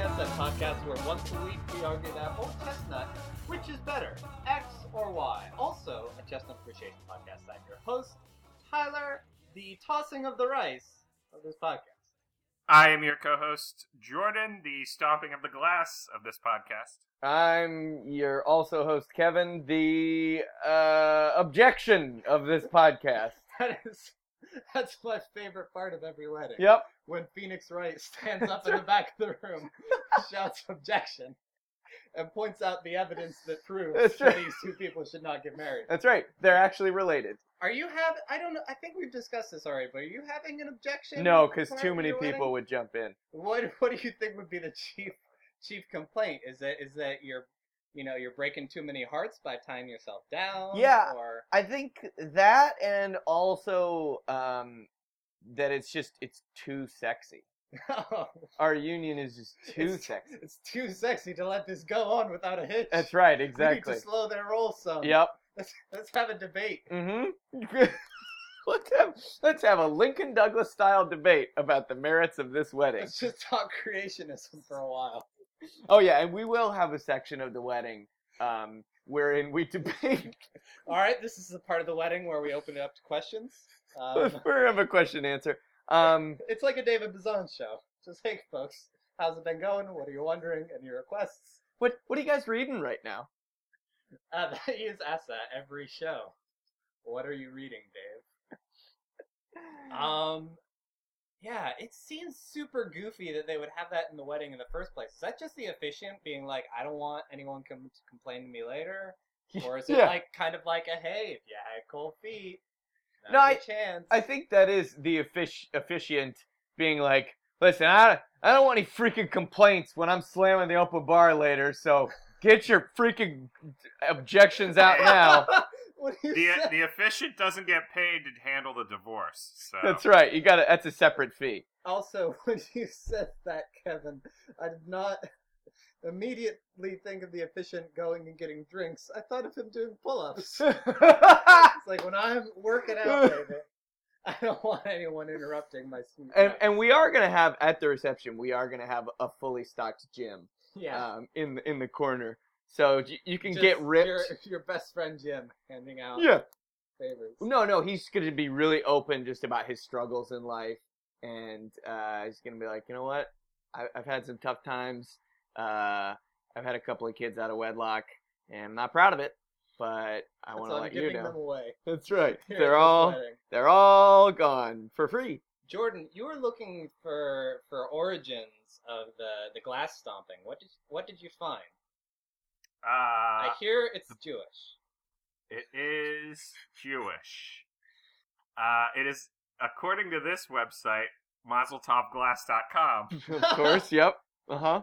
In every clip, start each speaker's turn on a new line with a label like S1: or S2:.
S1: podcast where once a week we argue that old chestnut, which is better, X or Y. Also, a chestnut appreciation podcast. I'm your host, Tyler, the tossing of the rice of this podcast.
S2: I am your co-host Jordan, the stomping of the glass of this podcast.
S3: I'm your also host, Kevin, the uh, objection of this podcast.
S1: That is. That's my favorite part of every wedding.
S3: Yep.
S1: When Phoenix Wright stands up in the back of the room, shouts objection, and points out the evidence that proves
S3: That's
S1: that
S3: right.
S1: these two people should not get married.
S3: That's right. They're actually related.
S1: Are you have? I don't know. I think we've discussed this already. But are you having an objection?
S3: No, because
S1: prior
S3: too
S1: to
S3: many
S1: your wedding?
S3: people would jump in.
S1: What What do you think would be the chief chief complaint? Is that is that you're you know you're breaking too many hearts by tying yourself down?
S3: Yeah.
S1: Or
S3: I think that and also um, that it's just it's too sexy. Our union is just too
S1: It's-
S3: sexy.
S1: it's too sexy to let this go on without a hitch.
S3: That's right.
S1: We
S3: Exactly.
S1: need to slow their roll some.
S3: Yep.
S1: Let's, let's have a debate.
S3: Mm-hmm. let's have let's have a Lincoln Douglas style debate about the merits of this wedding.
S1: Let's just talk creationism for a while.
S3: Oh yeah, and we will have a section of the wedding um, wherein we debate.
S1: All right, this is the part of the wedding where we open it up to questions. Um,
S3: we have a question and answer. Um,
S1: It's like a David Bazan show. Just hey, folks, how's it been going? What are you wondering? Any requests?
S3: what what are you guys reading right now?
S1: Uh, he is asked that every show. What are you reading, Dave? Um, yeah, it seems super goofy that they would have that in the wedding in the first place. Is that just the officiant being like, I don't want anyone com- to complain to me later? Or is it
S3: Yeah.
S1: like kind of like a hey, if you had cold feet, now's
S3: No,
S1: your chance.
S3: I think that is the offic- officiant being like, listen, I I don't want any freaking complaints when I'm slamming the open bar later. So get your freaking objections out now.
S1: what do you
S2: The
S1: say?
S2: the efficient doesn't get paid to handle the divorce. So
S3: That's right. You got to That's a separate fee.
S1: Also, when you said that, Kevin, I did not immediately think of the efficient going and getting drinks. I thought of him doing pull-ups. it's like when I'm working out, baby, I don't want anyone interrupting my sweet.
S3: and
S1: nap.
S3: and we are gonna have at the reception. We are gonna have a fully stocked gym.
S1: yeah,
S3: um, in the in the corner, so you, you can
S1: just
S3: get ripped.
S1: Your, your best friend Jim handing out
S3: Yeah.
S1: favors.
S3: No, no, he's gonna be really open just about his struggles in life, and uh, he's gonna be like, you know what, I, I've had some tough times. Uh, I've had a couple of kids out of wedlock, and I'm not proud of it, but I
S1: That's
S3: want to
S1: why I'm
S3: let you
S1: giving
S3: know.
S1: them away.
S3: That's right.
S1: here at
S3: They're
S1: this
S3: all
S1: wedding.
S3: they're all gone for free.
S1: Jordan, you were looking for for origins of the the glass stomping. What did what did you find? I
S2: Uh,
S1: hear it's Jewish.
S2: it is Jewish. Uh, it is according to this website, MazeltovGlass.com.
S3: of course. Yep. Uh huh.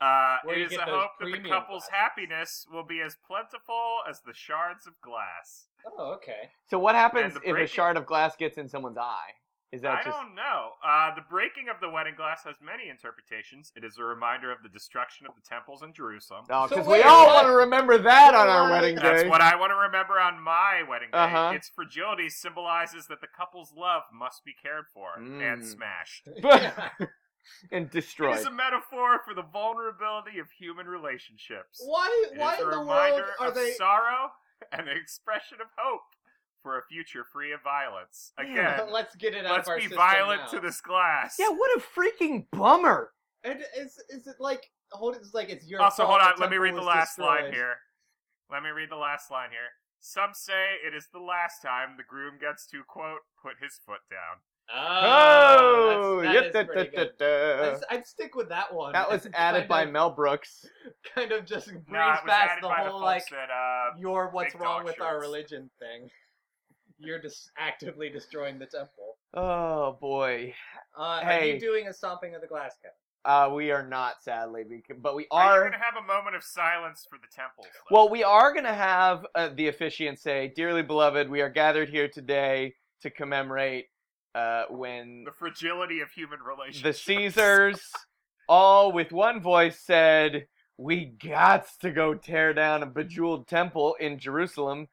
S2: Uh,
S1: Where
S2: it
S1: you
S2: is
S1: get
S2: a
S1: those
S2: hope that the
S1: premium
S2: couple's
S1: glasses.
S2: happiness will be as plentiful as the shards of glass.
S1: Oh, okay.
S3: So what happens
S2: the
S3: if a
S2: breaking-
S3: shard of glass gets in someone's eye? Is that
S2: I
S3: just
S2: don't know. Uh, the breaking of the wedding glass has many interpretations. It is a reminder of the destruction of the temples in Jerusalem.
S3: Oh,
S1: So
S3: because
S1: wait,
S3: we all
S1: what?
S3: want to remember that on
S1: Why?
S3: our wedding
S2: That's
S3: day.
S2: what I want to remember on my wedding day.
S3: Uh-huh.
S2: Its fragility symbolizes that the couple's love must be cared for
S3: Mm.
S2: and smashed.
S3: and
S2: It
S3: destroy.
S2: is a metaphor for the vulnerability of human relationships.
S1: Why?
S2: It is
S1: Why
S2: a
S1: in the world
S2: reminder
S1: are
S2: of
S1: they?
S2: sorrow and an expression of hope for a future free of violence. Again,
S1: Let's get it out
S2: let's
S1: of our
S2: be
S1: system
S2: violent
S1: now.
S2: to this glass.
S3: Yeah, what a freaking bummer.
S1: And is is it like hold? It's like it's your.
S2: also,
S1: fault
S2: hold on.
S1: the
S2: Let me
S1: temple
S2: read
S1: was
S2: the last line
S1: destroyed.
S2: here. Let me read the last line here. Some say it is the last time the groom gets to quote put his foot down.
S1: Oh, that's- that
S3: yeah,
S1: is
S3: da-
S1: pretty
S3: da-
S1: good.
S3: da-
S2: uh,
S3: da.
S1: I'd- I'd stick with that one.
S3: That was
S1: Kind
S3: added by
S1: of-
S3: Mel Brooks.
S1: kind of just breeze
S2: No, it was
S1: past
S2: added
S1: the
S2: by
S1: whole
S2: the
S1: like
S2: folks that uh,
S1: your what's
S2: big
S1: wrong
S2: dog
S1: with our
S2: shirts.
S1: religion thing. You're just actively destroying the temple.
S3: Oh boy,
S1: Uh, Are
S3: Hey.
S1: you doing a stomping of the glass cup?
S3: uh, we are not sadly, we can, but we
S2: are
S3: are.
S2: you going to have a moment of silence for the temples? though?
S3: Well, we are going to have uh, the officiant say, "Dearly beloved, we are gathered here today to commemorate uh, when
S2: the fragility of human relationships.
S3: the Caesars all with one voice said, "We gots to go tear down a bejeweled temple in Jerusalem,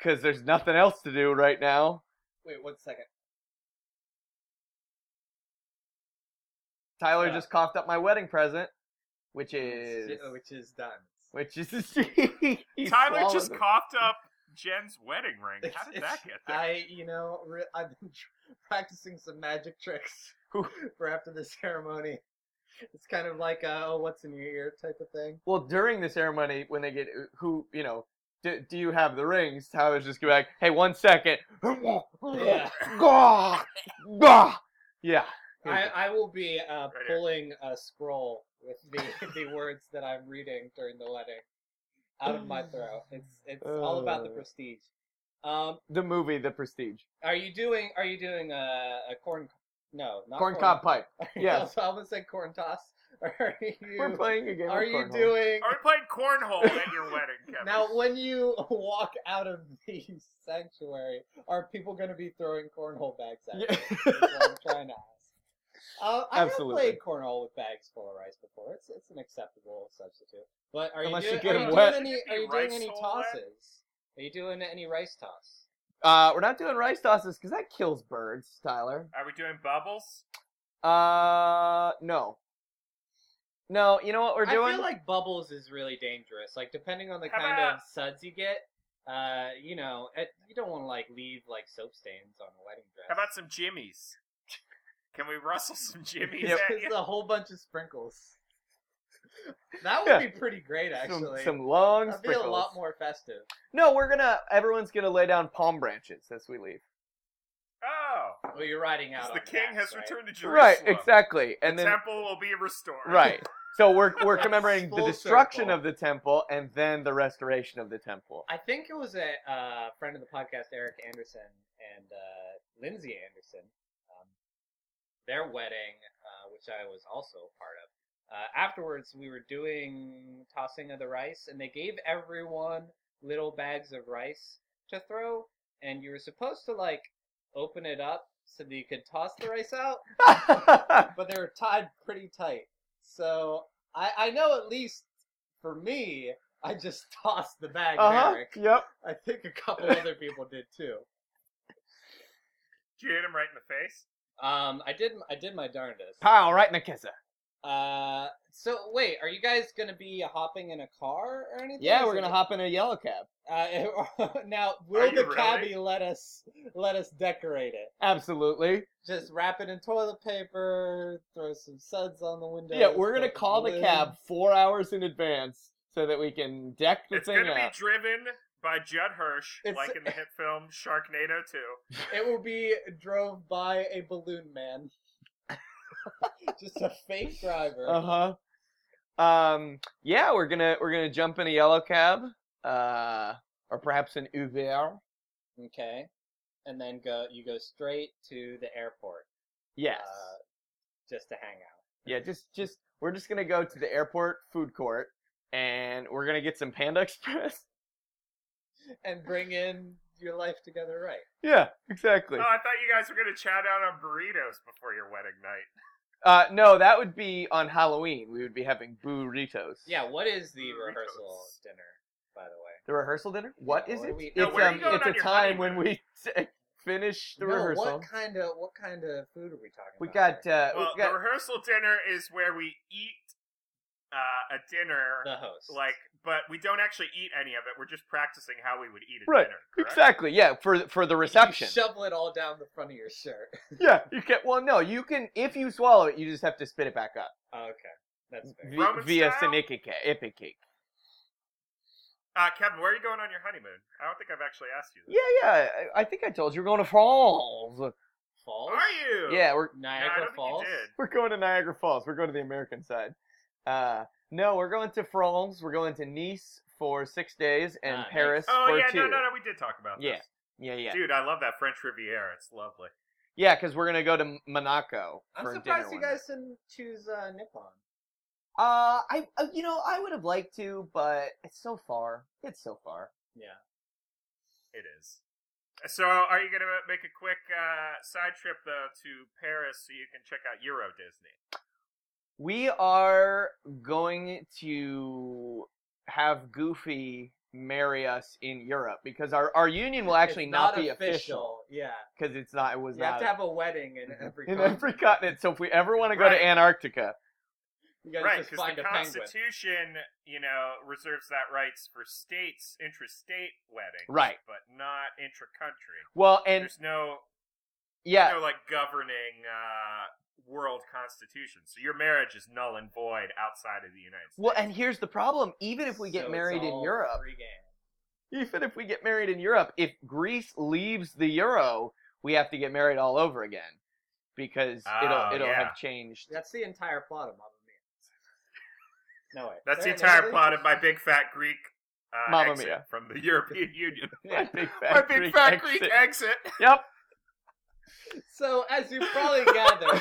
S3: 'cause there's nothing else to do right now."
S1: Wait one second.
S3: Tyler
S1: Yeah.
S3: just coughed up my wedding present. which is
S1: Yeah, which is diamonds.
S3: which is he
S2: Tyler
S3: swallowed
S2: just
S3: them.
S2: coughed up Jen's wedding ring. How did that get there?
S1: I, you know, re- I've been tr- practicing some magic tricks for after the ceremony. It's kind of like a oh, what's in your ear type of thing.
S3: Well, during the ceremony, when they get uh, who you know, do, do you have the rings? Tyler's just going like, hey, one second. Oh.
S1: Yeah.
S3: Gah! Gah! yeah.
S1: I, I will be uh,
S2: Right here.
S1: pulling a scroll with the, the words that I'm reading during the wedding out of my throat. It's it's all about the
S3: Uh.
S1: prestige. Um,
S3: the movie, The Prestige,
S1: are you doing are you doing a, a corn? No, not
S3: corn cob pipe. Yes,
S1: I almost said corn toss. Are
S3: we're
S1: you
S3: playing a game.
S1: are
S3: of
S1: you
S3: cornhole.
S1: doing
S2: Are we playing cornhole at your wedding, Kevin?
S1: now? When you walk out of the sanctuary, are people going to be throwing cornhole bags at you?
S3: Yeah.
S1: That's what I'm trying to ask. Uh, I
S3: Absolutely.
S1: have played cornhole with bags full of rice before. It's it's an acceptable substitute. But are
S3: Unless
S1: you,
S3: you
S1: doing-
S3: get
S1: are
S3: 'em
S1: doing
S3: wet.
S1: any? Are you doing
S2: Rice
S1: any
S2: hole
S1: tosses?
S2: wet?
S1: Are you doing any rice toss?
S3: Uh, we're not doing rice tosses because that kills birds, Tyler.
S2: Are we doing bubbles?
S3: Uh, no. No, you know what we're doing?
S1: I feel like bubbles is really dangerous. Like depending on the
S2: How
S1: kind
S2: about-
S1: of suds you get, uh, you know, it, you don't want to like leave like soap stains on a wedding dress.
S2: How about some jimmies? Can we rustle some jimmies
S3: Yep.
S2: at you?
S1: It's a whole bunch of sprinkles. That would
S3: Yeah.
S1: be pretty great,
S3: some,
S1: actually.
S3: some long
S1: That'd be
S3: sprinkles.
S1: a lot more festive.
S3: No, we're gonna. Everyone's gonna lay down palm branches as we leave.
S2: Oh,
S1: Well, you're riding out.
S2: 'cause
S1: on
S2: the
S1: an
S2: king
S1: axe,
S2: has
S1: right?
S2: returned to Jerusalem.
S3: Right, exactly. And
S2: The
S3: then
S2: temple will be restored.
S3: right. So we're we're commemorating the
S1: Full
S3: destruction
S1: circle.
S3: of the temple and then the restoration of the temple.
S1: I think it was a uh, friend of the podcast, Eric Anderson and uh, Lindsay Anderson. Um, their wedding, uh, which I was also a part of. Uh, afterwards, we were doing tossing of the rice, and they gave everyone little bags of rice to throw, and you were supposed to like open it up so that you could toss the rice out, but they were tied pretty tight. So I, I know at least for me, I just tossed the bag, at
S3: uh-huh.
S1: Eric.
S3: Yep.
S1: I think a couple other people did too.
S2: Did you hit him right in the face?
S1: Um, I did. I did my darndest.
S3: Pow! Right in the kisser.
S1: Uh, so wait, are you guys gonna be hopping in a car or anything?
S3: Yeah,
S1: Is
S3: we're
S1: it-
S3: gonna hop in a yellow cab.
S1: Uh, now,
S2: Are
S1: will
S2: you
S1: the
S2: really?
S1: cabbie let us let us decorate it?
S3: Absolutely.
S1: Just wrap it in toilet paper, throw some suds on the window.
S3: yeah, we're gonna call the cab four hours in advance so that we can deck the
S2: It's
S3: thing
S2: gonna
S3: out.
S2: be driven by Judd Hirsch,
S1: It's-
S2: like in the hit film Sharknado 2.
S1: It will be drove by a balloon man. Just a fake driver.
S3: Uh huh. Um. Yeah, we're gonna we're gonna jump in a yellow cab, uh, or perhaps an Uber.
S1: Okay, and then go. You go straight to the airport.
S3: Yes.
S1: uh, just to hang out.
S3: yeah. Just just we're just gonna go to the airport food court, and we're gonna get some Panda Express.
S1: And bring in your life together right.
S3: yeah. Exactly.
S2: Oh, I thought you guys were gonna chow down on burritos before your wedding night.
S3: Uh, no, that would be on Halloween. We would be having burritos.
S1: Yeah, what is the
S2: Burritos.
S1: rehearsal dinner, by the way?
S3: The rehersal dinner. What
S1: Yeah,
S3: is
S1: what are
S3: it?
S1: we-
S3: it's
S1: No, where are
S3: um,
S1: you going
S3: it's
S2: on
S3: a
S2: your
S3: time when
S2: honeymoon?
S3: we finish the
S1: no,
S3: rehearsal.
S1: what kind of what kind of food are we talking
S3: We
S1: about?
S3: got uh,
S2: Well,
S3: we got
S2: the rehearsal dinner is where we eat uh, a dinner,
S1: the host.
S2: like, but we don't actually eat any of it. We're just practicing how we would eat a
S3: Right,
S2: dinner. correct?
S3: exactly. Yeah, for for the reception.
S1: You shovel it all down the front of your shirt.
S3: yeah, you can. Well, no, you can. If you swallow it, you just have to spit it back up
S1: okay, that's fair.
S3: v-
S2: Roman
S3: via
S2: style?
S3: Seneca, epic cake.
S2: Uh, Kevin, where are you going on your honeymoon? I don't think I've actually asked you.
S3: Yeah,
S2: This.
S3: yeah. I, I think I told you we're going to Falls.
S1: Falls.
S2: Are you?
S3: Yeah, we're
S2: No, I
S1: Niagara
S2: don't
S1: Falls.
S2: think you did.
S3: we're going to Niagara Falls. We're going to the American side. Uh, no, we're going to France. We're going to Nice for six days and
S1: Ah, nice.
S3: Paris
S2: Oh
S3: for
S2: yeah,
S3: two.
S2: no, no, no. We did talk about
S3: Yeah,
S2: this.
S3: yeah, yeah,
S2: Dude, I love that French Riviera. It's lovely.
S3: yeah. Because we're gonna go to Monaco.
S1: I'm
S3: for
S1: surprised
S3: dinner
S1: you
S3: one night.
S1: guys didn't choose uh, Nippon.
S3: Uh, I uh, you know I would have liked to, but it's so far. It's so far.
S2: It is. So, are you gonna make a quick uh, side trip though to Paris so you can check out Euro Disney?
S3: We are going to have Goofy marry us in Europe because our, our union will actually
S1: It's not,
S3: not, be official
S1: official. Yeah,
S3: because it's not it was
S1: you
S3: not
S1: have to have a wedding in every
S3: in
S1: country.
S3: every continent. So if we ever want to go
S2: Right.
S3: to Antarctica,
S1: You gotta
S2: right,
S1: just
S2: because
S1: find
S2: the
S1: a penguin.
S2: Constitution, you know, reserves that rights for states, intra-state weddings,
S3: Right.
S2: but not intra-country.
S3: Well, and
S2: There's no,
S3: yeah,
S2: no like governing uh, world constitution, so your marriage is null and void outside of the United States.
S3: well, and here's the problem. Even if we
S1: So
S3: get
S1: it's
S3: married in
S1: all
S3: Europe,
S1: free game.
S3: even if we get married in Europe, if Greece leaves the euro, we have to get married all over again because
S2: Oh,
S3: it'll it'll
S2: yeah.
S3: have changed.
S1: That's the entire plot of Mamma Mia. No way.
S2: That's the
S1: There it
S2: entire
S1: is.
S2: plot of my big fat Greek uh,
S3: Mamma
S2: exit
S3: Mia.
S2: from the European Union.
S3: My big fat
S2: my big
S3: Greek
S2: fat
S3: exit.
S2: Greek exit.
S3: Yep.
S1: So, as you probably gathered,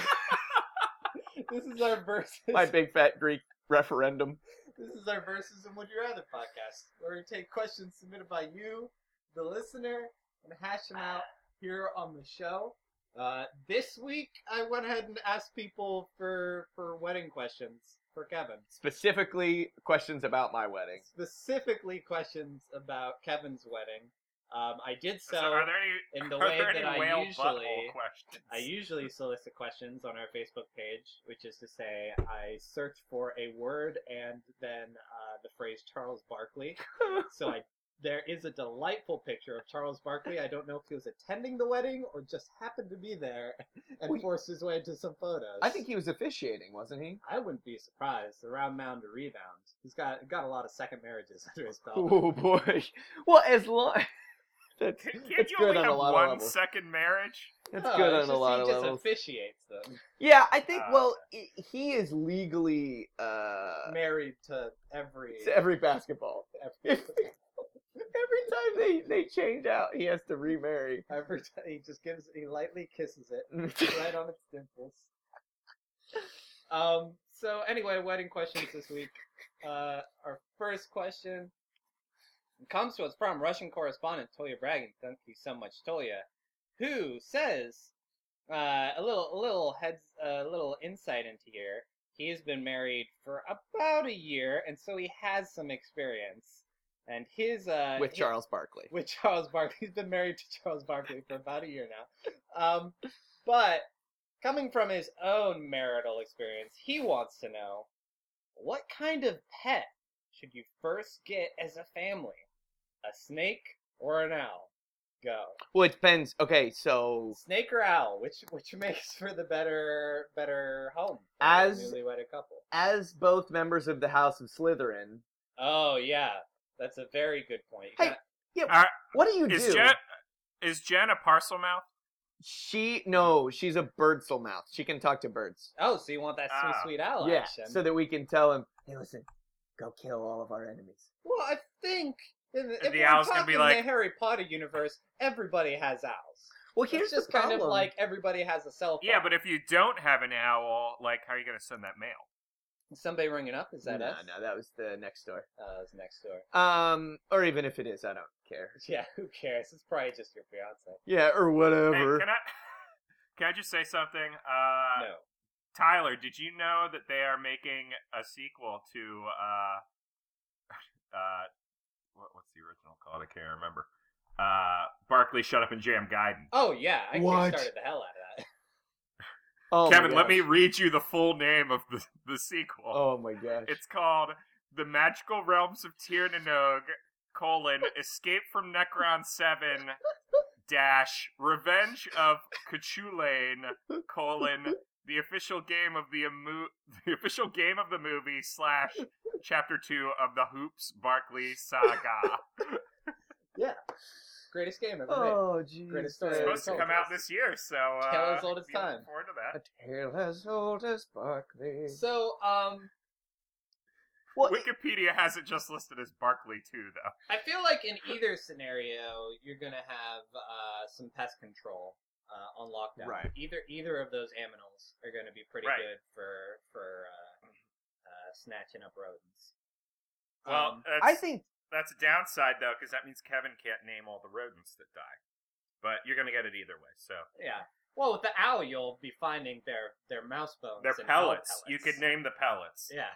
S1: this is our versus.
S3: My big fat Greek referendum.
S1: This is our versus and would you rather podcast, where we take questions submitted by you, the listener, and hash them out here on the show. Uh, this week, I went ahead and asked people for for wedding questions for Kevin.
S3: Specifically, questions about my wedding.
S1: Specifically, questions about Kevin's wedding. Um, I did so.
S2: So, are there any
S1: in the
S2: are
S1: way
S2: there
S1: that
S2: any
S1: I
S2: whale
S1: usually-
S2: butthole questions?
S1: I usually solicit questions on our Facebook page, which is to say, I search for a word and then uh, the phrase Charles Barkley. so I, there is a delightful picture of Charles Barkley. I don't know if he was attending the wedding or just happened to be there and
S3: Well,
S1: forced his way into some photos.
S3: I think he was officiating, wasn't he?
S1: I wouldn't be surprised. The round mound to rebound. He's got got a lot of second marriages under his belt.
S3: Oh boy. Well, as long that's,
S2: Can- Can't
S3: that's
S2: you
S3: good
S2: only
S3: on a
S2: have
S3: lot of
S2: one Oh,
S3: levels.
S2: second marriage?
S3: That's
S1: No,
S3: good
S1: Oh, it's
S3: on a
S1: just-
S3: lot
S1: he
S3: of
S1: just
S3: levels.
S1: officiates them.
S3: Yeah, I think.
S2: Ah,
S3: well, i he is legally uh,
S1: Married to every.
S3: to every basketball.
S1: every
S3: Every time they, they change out, he has to remarry.
S1: Every time he just gives, he lightly kisses it right on its dimples. Um. So anyway, wedding questions this week. Uh, our first question comes to us from Russian correspondent Toya Bragan. Thank you so much, Toya, who says uh, a little, a little heads, a little insight into here. He's been married for about a year, and so he has some experience. And his uh,
S3: With
S1: his-
S3: Charles Barkley.
S1: with Charles Barkley. He's been married to Charles Barkley for about a year now. Um, but coming from his own marital experience, he wants to know what kind of pet should you first get as a family? A snake or an owl? Go.
S3: Well, it depends. Okay, so
S1: Snake or owl, which which makes for the better better home for a
S3: As-
S1: newlywed couple.
S3: as both members of the House of Slytherin,
S1: Oh yeah. That's a very good point. You
S3: Hey,
S1: got-
S3: what do you
S2: Is
S3: do?
S2: Jen is Jen a parcel mouth?
S3: She no, she's a birdsel mouth. She can talk to birds.
S1: oh, so you want that sweet
S2: Ah,
S1: sweet owl
S3: yeah,
S1: action?
S3: so that we can tell him, hey, listen, go kill all of our enemies.
S1: Well, I think if, if
S2: the
S1: we're
S2: owl's
S1: talking
S2: gonna be like-
S1: the Harry Potter universe, everybody has owls.
S3: Well, here's
S1: it's just
S3: the problem.
S1: kind of like everybody has a cell phone.
S2: Yeah, but if you don't have an owl, like how are you gonna send that mail?
S1: Is somebody ringing up. Is that
S3: no,
S1: us?
S3: no, that was the next door.
S1: Uh, it's next door.
S3: Um, or even if it is, I don't care.
S1: Yeah, who cares? It's probably just your fiance.
S3: Yeah, or
S2: Hey,
S3: whatever.
S2: can I can I just say something? Uh,
S1: no.
S2: Tyler, did you know that they are making a sequel to uh uh what, what's the original called? I can't remember. Uh Barkley Shut Up and Jam Guiden.
S1: Oh yeah, I
S3: What?
S1: started the hell out of that.
S3: Oh my
S2: Kevin, let
S3: gosh.
S2: me read you the full name of the the sequel.
S3: Oh my gosh.
S2: It's called The Magical Realms of Tirnanog, colon, Escape from Necron 7, dash, Revenge of Cthulane, colon, the official game of the, amu- the official game of the movie slash chapter two of the Hoops Barkley saga.
S1: Greatest game ever made.
S3: oh jeez.
S1: Greatest story
S2: It's
S1: ever
S2: supposed to
S1: told.
S2: come out this year, so uh,
S1: Tell as old as
S2: be looking
S1: time.
S2: Forward to that.
S3: A tale as old as Barkley.
S1: So um,
S3: Well,
S2: Wikipedia has it just listed as Barkley too, though.
S1: I feel like in either scenario, you're gonna have uh, some pest control uh, on lockdown.
S3: Right.
S1: Either either of those aminals are gonna be pretty
S2: Right. Mm-hmm.
S1: good for for uh, uh, snatching up rodents.
S2: Well,
S1: Um,
S2: that's-
S3: I think
S2: That's a downside though, because that means Kevin can't name all the rodents that die. But you're gonna get it either way. So
S1: yeah. Well, with the owl, you'll be finding their their mouse bones.
S2: they're
S1: and owl
S2: pellets. You could name the pellets.
S1: Yeah.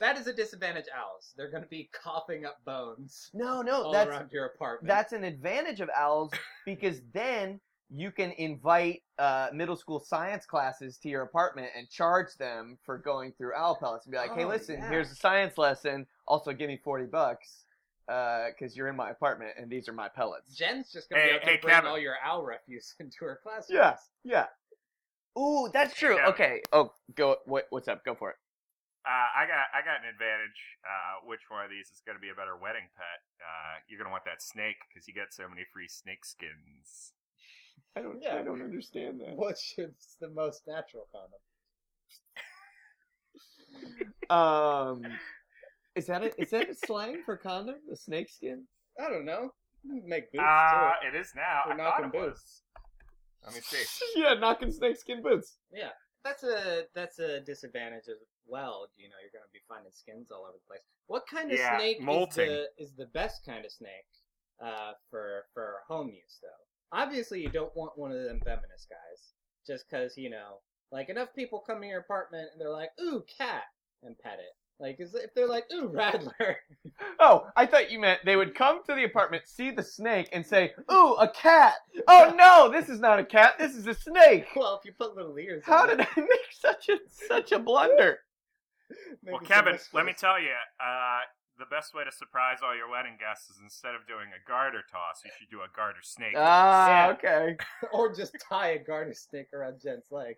S1: that is a disadvantage. Owls. They're gonna be coughing up bones
S3: no, no,
S1: all
S3: that's
S1: around your apartment.
S3: that's an advantage of owls because then you can invite uh, middle school science classes to your apartment and charge them for going through owl pellets and be like, hey,
S1: Oh,
S3: listen,
S1: yeah.
S3: here's a science lesson. Also, give me 40 bucks because you're in my apartment and these are my pellets.
S1: Jen's just gonna
S2: Hey-
S1: be able to
S2: hey,
S1: bring
S2: Kevin.
S1: all your owl refuse into her classroom.
S3: Yeah. Yeah. Ooh, that's true.
S2: Yeah.
S3: Okay. Oh, go. What, what's up? Go for it.
S2: Uh, I got I got an advantage. Uh, which one of these is going to be a better wedding pet? Uh, you're going to want that snake because you get so many free snake skins.
S3: I don't.
S1: Yeah. I
S3: don't understand
S1: What is the most natural condom?
S3: Um, is that a, is that a slang for condom? The snakeskin?
S1: I don't know. You can Make boots
S2: Uh,
S1: too.
S2: it is now.
S1: We're
S2: I thought
S1: knocking
S2: it was. Let me see.
S3: yeah, knocking snakeskin boots.
S1: That's a that's a disadvantage as well. You know, you're gonna be finding skins all over the place. What kind of
S2: Yeah,
S1: snake
S2: molting.
S1: is the is the best kind of snake uh, for for home use though? Obviously, you don't want one of them feminist guys, just because you know, like enough people come to your apartment and they're like, "Ooh, cat," and pet it. Like, is if they're like, "Ooh, rattler,"
S3: Oh, I thought you meant they would come to the apartment, see the snake, and say, "Ooh, a cat! Oh no, this is not a cat. This is a snake."
S1: well, if you put little ears,
S3: How
S1: on
S3: did
S1: it,
S3: I make such a such a blunder?
S1: maybe
S2: Well,
S1: some
S2: Kevin,
S1: extra-
S2: let me tell you. Uh, the best way to surprise all your wedding guests is instead of doing a garter toss, you should do a garter snake.
S3: Ah,
S1: Yeah.
S3: okay.
S1: or just tie a garter snake around Jen's leg.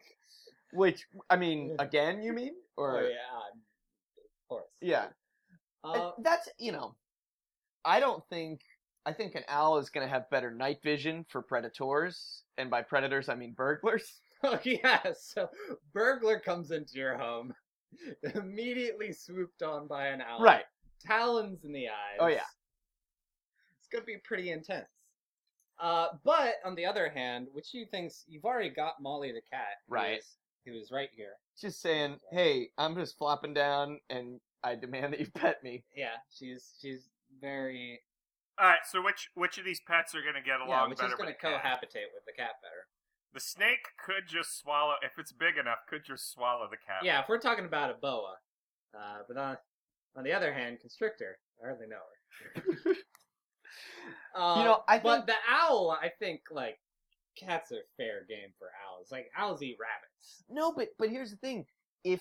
S3: Which I mean, again, you mean? Or
S1: Oh yeah, um, of course.
S3: yeah.
S1: Uh,
S3: And that's you know, I don't think I think an owl is going to have better night vision for predators, and by predators I mean burglars.
S1: oh yeah. So burglar comes into your home, immediately swooped on by an owl.
S3: Right.
S1: Talons in the eyes.
S3: Oh, yeah.
S1: It's gonna be pretty intense. Uh, but on the other hand, which you thinks you've already got Molly the cat, who
S3: Right.
S1: is- Who is right here?
S3: Just saying, hey, I'm just flopping down, and I demand that you pet me.
S1: Yeah, she's she's very
S2: All right. So which which of these pets are going to get
S1: yeah,
S2: along
S1: which
S2: better
S1: is gonna
S2: with the cat?
S1: cohabitate with the cat better.
S2: The snake could just swallow if it's big enough. Could just swallow the cat.
S1: Yeah, if we're talking about a boa, uh, but on on the other hand, constrictor, I hardly know her. uh,
S3: You know, I
S1: but the owl, I think like cats are fair game for owls. Like owls eat rabbits.
S3: No, but but here's the thing: if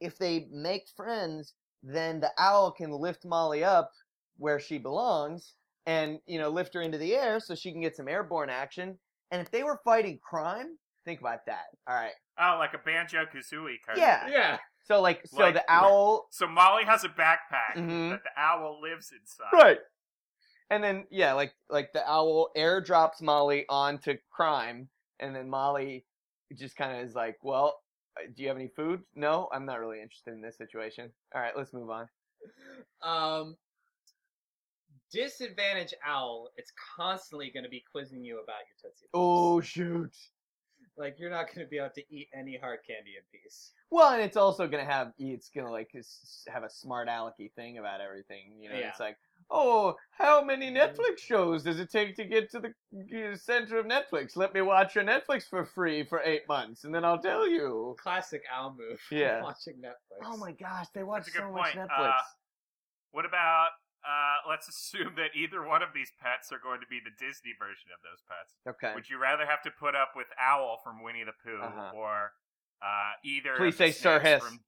S3: if they make friends, then the owl can lift Molly up where she belongs, and you know, lift her into the air so she can get some airborne action. And if they were fighting crime, think about that. All right.
S2: Oh, like a banjo kazooie kind.
S3: Yeah.
S2: Of. thing.
S1: Yeah,
S3: So like, so
S2: Like-
S3: the owl,
S2: So Molly has a backpack
S3: Mhm.
S2: that the owl lives inside.
S3: right? And then yeah, like like the owl airdrops Molly onto crime, and then Molly just kind of is like, well. uh, Do you have any food? No, I'm not really interested in this situation. All right, let's move on.
S1: Um, disadvantage owl. It's constantly going to be quizzing you about your tootsie. Pops.
S3: Oh shoot! Oh.
S1: like you're not going to be able to eat any hard candy in peace.
S3: Well, and it's also gonna have it's gonna like s- have a smart alecky thing about everything. You know,
S1: Yeah.
S3: it's like, oh, how many Netflix shows does it take to get to the uh, center of Netflix? Let me watch your Netflix for free for eight months, and then I'll tell you.
S1: Classic owl move.
S3: Yeah.
S1: watching Netflix.
S3: Oh my gosh, they watch
S2: a good
S3: so much
S2: point.
S3: Netflix.
S2: Uh, What about? Uh, let's assume that either one of these pets are going to be the Disney version of those pets.
S3: okay,
S2: Would you rather have to put up with Owl from Winnie the Pooh
S3: Uh-huh.
S2: or uh, either of
S3: Please
S2: the
S3: say Sir
S2: snakes
S3: Hiss.
S2: from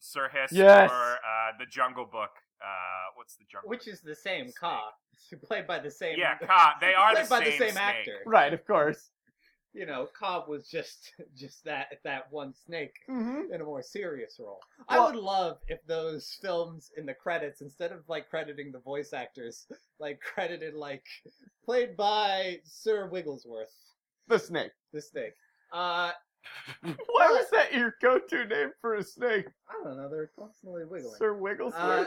S2: Sir Hiss
S3: Yes.
S2: or uh, the Jungle Book? Uh, what's the Jungle?
S1: Which
S2: Book?
S1: is the same Ka, played by the same.
S2: yeah, Ka. They are the
S1: played
S2: same,
S1: by the same
S2: snake.
S1: actor.
S3: right, of course.
S1: You know, Cobb was just just that that one snake
S3: Mm-hmm.
S1: in a more serious role.
S3: Well-
S1: I would love if those films in the credits, instead of like crediting the voice actors, like credited like played by Sir Wigglesworth,
S3: The snake.
S1: the snake. Uh,
S3: Why was that your go-to name for a snake,
S1: I don't know. They're constantly wiggling.
S3: Sir Wigglesworth?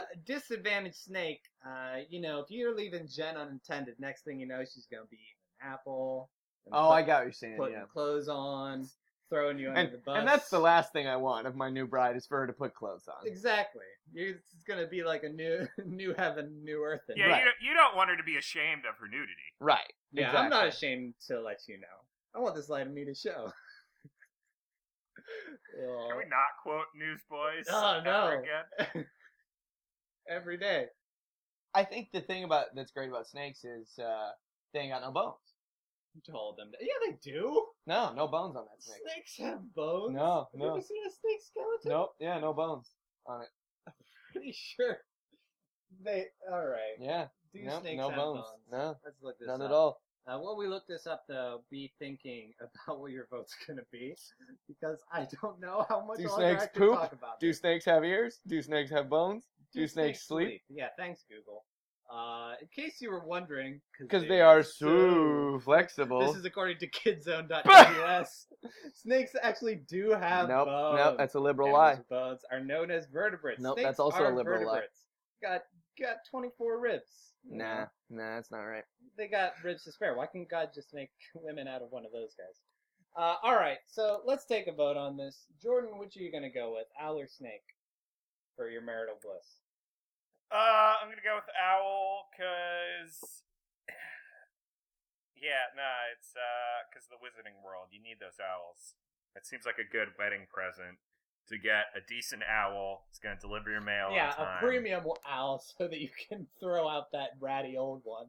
S1: Uh, disadvantage snake. Uh, you know, if you're leaving Jen unintended, next thing you know, she's gonna be eating an apple. and
S3: oh, I got what you're saying.
S1: putting
S3: Yeah.
S1: clothes on, throwing you under
S3: And,
S1: the bus.
S3: and that's the last thing I want of my new bride is for her to put clothes on.
S1: Exactly. You're, it's gonna be like a new, new heaven, new earth. in
S2: Yeah,
S1: here.
S3: Right.
S2: you, don't- you don't want her to be ashamed of her nudity.
S3: Right.
S1: yeah. I'm not ashamed to let you know. I want this light of me to show. Well,
S2: Can we not quote Newsboys?
S1: Oh, no.
S2: ever again?
S1: every day.
S3: I think the thing about that's great about snakes is uh, they ain't got no bones.
S1: told them. Yeah, they do.
S3: No, no bones on that snake.
S1: Snakes have bones.
S3: No,
S1: Have you
S3: no.
S1: ever seen a snake skeleton?
S3: Nope. Yeah, no bones.
S1: Pretty sure. They. All right.
S3: Yeah.
S1: Do
S3: nope,
S1: snakes
S3: no
S1: have
S3: bones. No,
S1: Let's look this
S3: none
S1: up.
S3: at all.
S1: Uh, while we look this up, though, be thinking about what your vote's going to be, because I don't know how much
S3: Do
S1: longer I
S3: snakes
S1: can
S3: poop?
S1: talk about
S3: Do
S1: this.
S3: snakes have ears? Do snakes have bones? do snakes sleep?
S1: Yeah, thanks, Google. Uh, in case you were wondering,
S3: Because they are so flexible.
S1: This is according to KidZone.us. snakes actually do have
S3: nope,
S1: bones.
S3: nope, that's a liberal
S1: Animals
S3: lie.
S1: with Bones are known as vertebrates.
S3: Nope,
S1: Snakes
S3: that's also
S1: are
S3: a liberal lie.
S1: vertebrates. Got got 24 ribs. you
S3: Nah,
S1: know?
S3: nah, that's not right.
S1: They got ribs to spare. Why can't God just make women out of one of those guys? Uh, all right, so let's take a vote on this. Jordan, which are you going to go with, owl or snake, for your marital bliss?
S2: Uh, I'm gonna go with owl because yeah, nah, it's uh because the Wizarding World, you need those owls. It seems like a good wedding present to get a decent owl. It's gonna deliver your mail.
S1: yeah,
S2: on time.
S1: a premium owl so that you can throw out that ratty old one.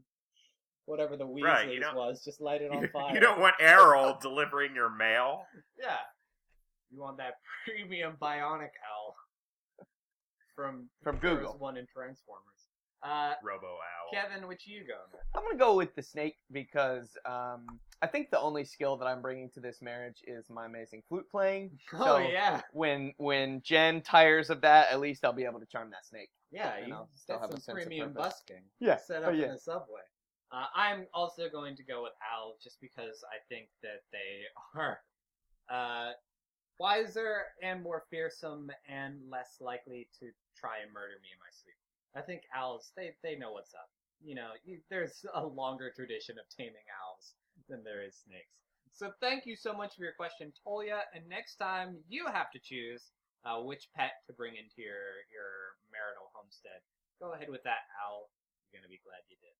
S1: Whatever the Weasleys
S2: Right, you don't-
S1: was, just light it on
S2: You,
S1: fire.
S2: you don't want Errol delivering your mail.
S1: Yeah. You want that premium bionic owl from
S3: From
S1: there
S3: Google.
S1: was one in Transformers. Uh,
S2: Robo owl.
S1: Kevin, which you going? with?
S3: I'm gonna go with the snake because um, I think the only skill that I'm bringing to this marriage is my amazing flute playing.
S1: oh yeah,
S3: When when Jen tires of that, at least I'll be able to charm that snake.
S1: yeah.
S3: and
S1: You
S3: I'll still
S1: get
S3: have a
S1: some
S3: sense of
S1: premium
S3: purpose.
S1: busking.
S3: Yeah,
S1: Set
S3: oh
S1: up
S3: yeah.
S1: in the subway. Uh, I'm also going to go with owl just because I think that they are uh, wiser and more fearsome and less likely to try and murder me in my sleep. I think owls they they know what's up. You know, you, there's a longer tradition of taming owls than there is snakes. So thank you so much for your question, Tolia. And next time you have to choose uh, which pet to bring into your your marital homestead. Go ahead with that owl. You're gonna be glad you did.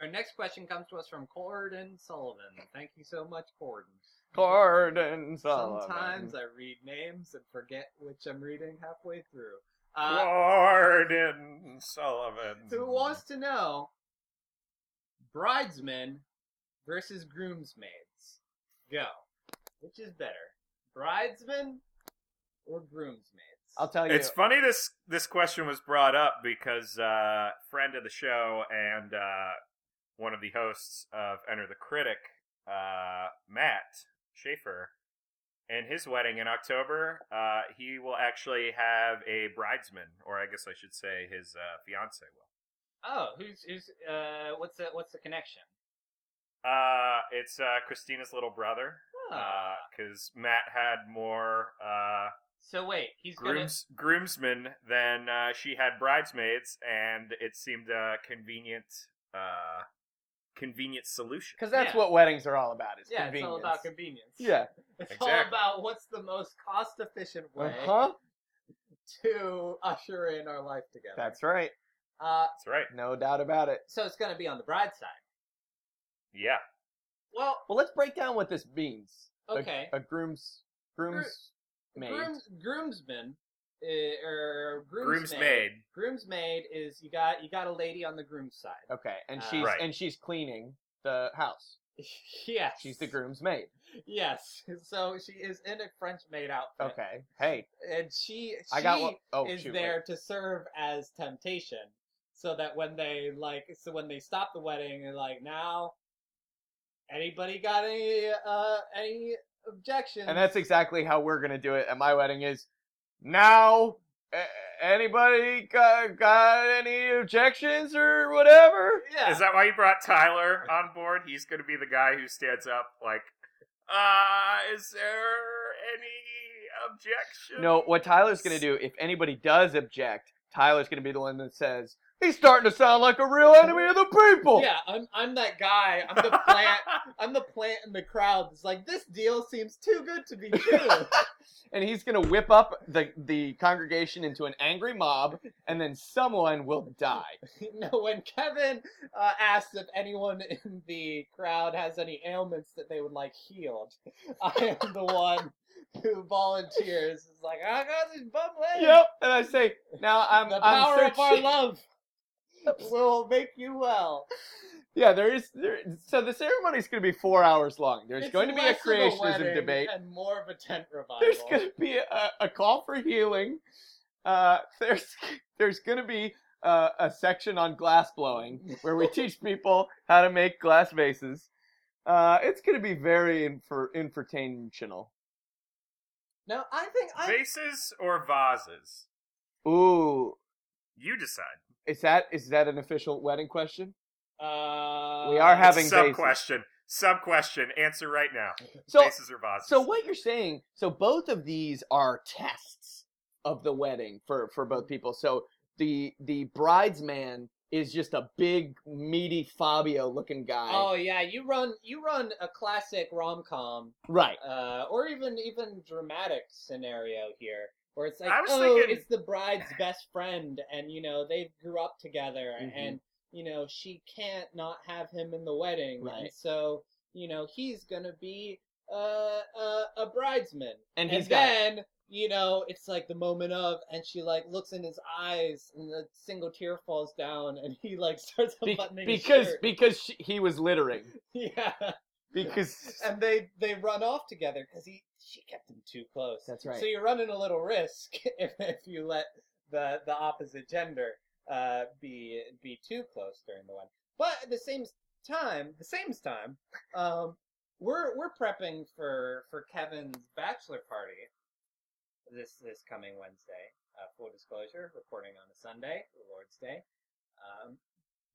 S1: Our next question comes to us from Corden Sullivan. Thank you so much, Corden.
S3: Corden Sullivan.
S1: Sometimes I read names and forget which I'm reading halfway through. Uh,
S2: Gordon Sullivan.
S1: who wants to know bridesmen versus groomsmaids? Go. Which is better, bridesmen or groomsmaids?
S3: I'll tell you.
S2: It's funny this this question was brought up because uh friend of the show and uh one of the hosts of Enter the Critic, uh Matt Schaefer, in his wedding in October, uh he will actually have a bridesman, or I guess I should say his uh fiance will.
S1: oh, who's who's? Uh, what's the what's the connection?
S2: Uh it's uh Christina's little brother.
S1: Ah.
S2: Uh, cause Matt had more uh
S1: so wait, he's gonna.
S2: grooms groomsmen than uh, she had bridesmaids, and it seemed a convenient, uh, convenient solution.
S3: because that's
S1: yeah.
S3: what weddings are all about. It's
S1: Yeah, it's all
S3: convenience.
S1: about convenience.
S3: yeah. Uh-huh.
S1: It's all
S2: Exactly.
S1: about what's the most cost efficient way
S3: Huh?
S1: to usher in our life together.
S3: That's right.
S1: uh,
S2: That's right.
S3: No doubt about it.
S1: so it's going to be on the bride's side.
S2: Yeah.
S1: Well,
S3: Well, let's break down what this means. A-
S1: okay.
S3: A, groom's groom's maid.
S1: Grooms, groomsman uh, or groomsmaid.
S2: Groomsmaid.
S1: Groomsmaid is you got you got a lady on the groom's side.
S3: Okay, and
S1: Uh,
S3: she's
S2: Right.
S3: and she's cleaning the house.
S1: yes.
S3: She's the groom's maid.
S1: Yes. So she is in a French maid outfit.
S3: Okay. Hey,
S1: And she, she
S3: I got one. Oh,
S1: is
S3: shoot, wait.
S1: there to serve as temptation so that when they like so when they stop the wedding they're like now anybody got any uh any objections
S3: And that's exactly how we're gonna do it at my wedding. Is now a- anybody got, got any objections or whatever?
S1: yeah
S2: Is that why you brought Tyler on board? He's going to be the guy who stands up, like, uh, is there any objection?
S3: No, what Tyler's gonna do if anybody does object, Tyler's gonna be the one that says he's starting to sound like a real enemy of the people.
S1: yeah i'm i'm that guy i'm the plant i'm the plant in the crowd that's like this deal seems too good to be true
S3: and he's gonna whip up the the congregation into an angry mob, and then someone will die.
S1: no when kevin uh, asks if anyone in the crowd has any ailments that they would like healed i am the one who volunteers is like i got this bum leg
S3: Yep, and I say now I'm
S1: the
S3: I'm
S1: power of our
S3: searching-
S1: love will make you well
S3: Yeah, there is. There, so the ceremony's going to be four hours long. There's
S1: It's
S3: going to be a
S1: less of
S3: creationism
S1: wedding
S3: debate.
S1: and more of a tent revival.
S3: There's going to be a, a call for healing. Uh, there's there's going to be a, a section on glass blowing where we teach people how to make glass vases. Uh, it's going to be very infer, infertaintional.
S1: No, I think I
S2: Vases or vases?
S3: Ooh,
S2: You decide.
S3: is that is that an official wedding question?
S1: uh,
S3: We are having-
S2: Sub
S3: vases.
S2: question. Sub question. Answer right now.
S3: So
S2: Vases or vases?
S3: So what you're saying? So both of these are tests of the wedding for for
S1: Mm-hmm.
S3: both people. So the the bridesman is just a big meaty Fabio looking guy,
S1: Oh yeah, you run you run a classic rom com,
S3: right?
S1: uh, or even even dramatic scenario here, where it's like,
S2: I was
S1: oh,
S2: thinking-
S1: it's the bride's best friend, and you know they grew up together,
S3: Mhm.
S1: and you know she can't not have him in the wedding, and
S3: Right.
S1: so you know he's gonna be uh, uh, a bridesman,
S3: And he's
S1: and
S3: got
S1: then you know it's like the moment of, and she like looks in his eyes, and a single tear falls down, and he like starts
S3: be-
S1: unbuttoning his
S3: because
S1: shirt.
S3: because she, he was littering
S1: yeah.
S3: because
S1: and they they run off together because he she kept him too close.
S3: That's right.
S1: So you're running a little risk if, if you let the the opposite gender uh, be be too close during the one. But at the same time, the same time, um, we're we're prepping for for Kevin's bachelor party this this coming Wednesday. Uh, full disclosure, recording on a Sunday, the Lord's Day. Um,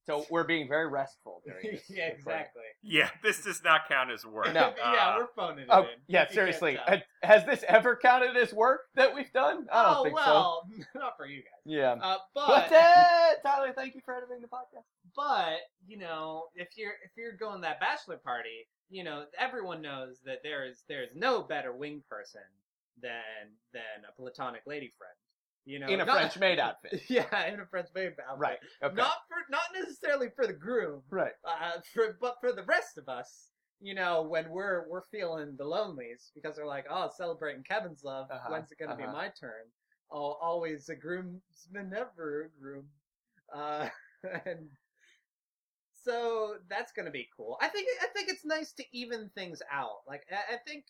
S3: so we're being very restful during this.
S1: yeah, exactly.
S2: Yeah, this does not count as work.
S3: No.
S1: yeah,
S2: Uh,
S1: we're phoning it
S3: Oh
S1: in. You
S3: yeah,
S1: can't
S3: seriously.
S1: tell.
S3: Uh, Has this ever counted as work that we've done? I don't
S1: oh
S3: think so.
S1: well, not for you guys.
S3: Yeah.
S1: Uh,
S3: But
S1: but
S3: uh, Tyler, thank you for editing the podcast.
S1: but you know, if you're if you're going to that bachelor party, you know, everyone knows that there is there is no better wing person than than a platonic lady friend. You know,
S3: In a
S1: not-
S3: French maid outfit.
S1: yeah, in a French maid outfit.
S3: Right. Okay.
S1: Not for not necessarily for the groom,
S3: right.
S1: uh, for, but for the rest of us, you know, when we're we're feeling the lonelies because we're like, oh, celebrating Kevin's love.
S3: Uh-huh,
S1: When's it gonna be
S3: uh-huh.
S1: my turn? Oh, always a groomsman, never a groom. Uh, and so that's gonna be cool. I think I think it's nice to even things out. Like I, I think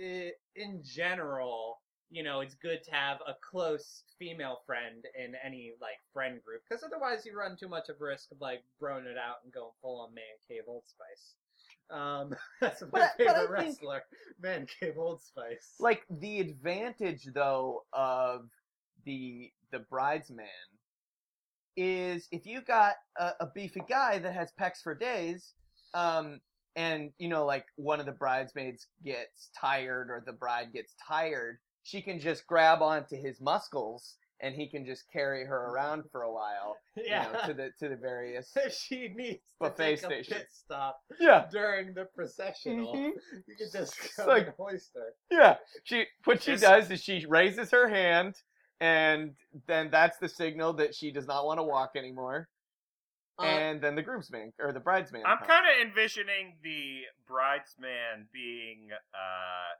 S1: uh, in general, you know, it's good to have a close female friend in any like friend group because otherwise you run too much of risk of like throwing it out and going full on man cave old spice. Um, that's my
S3: But I- but I
S1: favorite
S3: think-
S1: wrestler, man cave old spice.
S3: like the advantage though of the the bridesman is if you got a, a beefy guy that has pecs for days um and you know like one of the bridesmaids gets tired or the bride gets tired she can just grab onto his muscles and he can just carry her around for a while you
S1: Mm-hmm. yeah,
S3: know, to the to the various
S1: if she needs to
S3: Buffet
S1: take
S3: station.
S1: a pit stop
S3: yeah
S1: during the processional,
S3: Mhm.
S1: Mm-hmm. you could just
S3: It's
S1: come
S3: like-
S1: and hoist her.
S3: Yeah. She what she
S2: Yes.
S3: does is she raises her hand and then that's the signal that she does not want to walk anymore.
S1: Uh,
S3: and then the groomsman or the bridesman.
S2: I'm
S3: comes.
S2: kind of envisioning the bridesman being uh,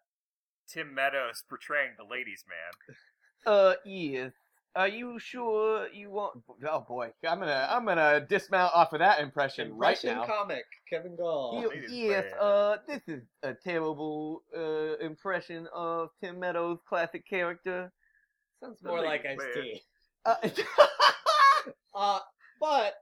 S2: Tim Meadows portraying the ladies' man.
S3: uh yeah. Are you sure you want Oh boy. I'm going to I'm going to dismount off of that impression,
S1: Impression
S3: right now.
S1: comic Kevin Gall.
S3: You-
S2: Ladies
S3: yes,
S2: man.
S3: uh, this is a terrible uh, impression of Tim Meadows' classic character.
S1: Sounds more like Ice
S2: Man.
S1: T.
S3: Uh,
S1: Uh, but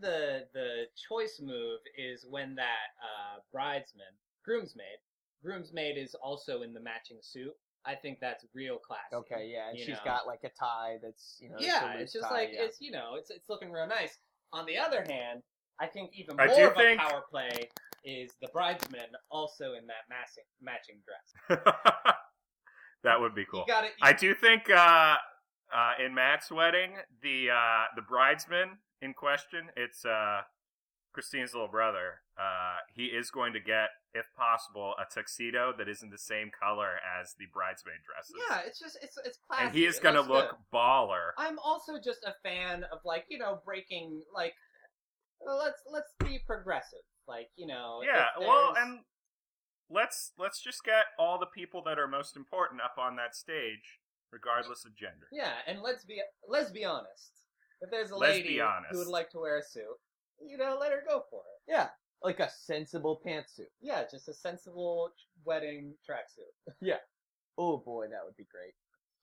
S1: the the choice move is when that uh, bridesman, groomsmaid, groomsmaid is also in the matching suit. I think that's real classy.
S3: okay, yeah, and
S1: You
S3: she's
S1: know.
S3: got like a tie that's, you know, it's a
S1: yeah,
S3: loose
S1: it's just
S3: tie,
S1: like
S3: yeah.
S1: it's you know it's it's looking real nice. On the other hand, I think even
S2: I
S1: more
S2: do
S1: of
S2: think-
S1: a power play is the bridesman also in that matching matching dress.
S2: that would be cool.
S1: You got it.
S2: I do think uh, uh, in Matt's wedding, the uh, the bridesman in question, it's uh, Christine's little brother. Uh, he is going to get, if possible, a tuxedo that isn't the same color as the bridesmaid dresses.
S1: Yeah, it's just it's it's classy.
S2: and he is
S1: It
S2: going to
S1: looks good.
S2: look baller.
S1: I'm also just a fan of like you know breaking like let's let's be progressive like you know
S2: yeah,
S1: if
S2: well,
S1: there's-
S2: and let's let's just get all the people that are most important up on that stage, regardless of gender.
S1: yeah and let's be let's be honest if there's a
S2: Let's
S1: lady
S2: be honest.
S1: who would like to wear a suit you know, let her go for it.
S3: Yeah, like a sensible pantsuit.
S1: Yeah, just a sensible wedding tracksuit.
S3: Oh boy, that would be great.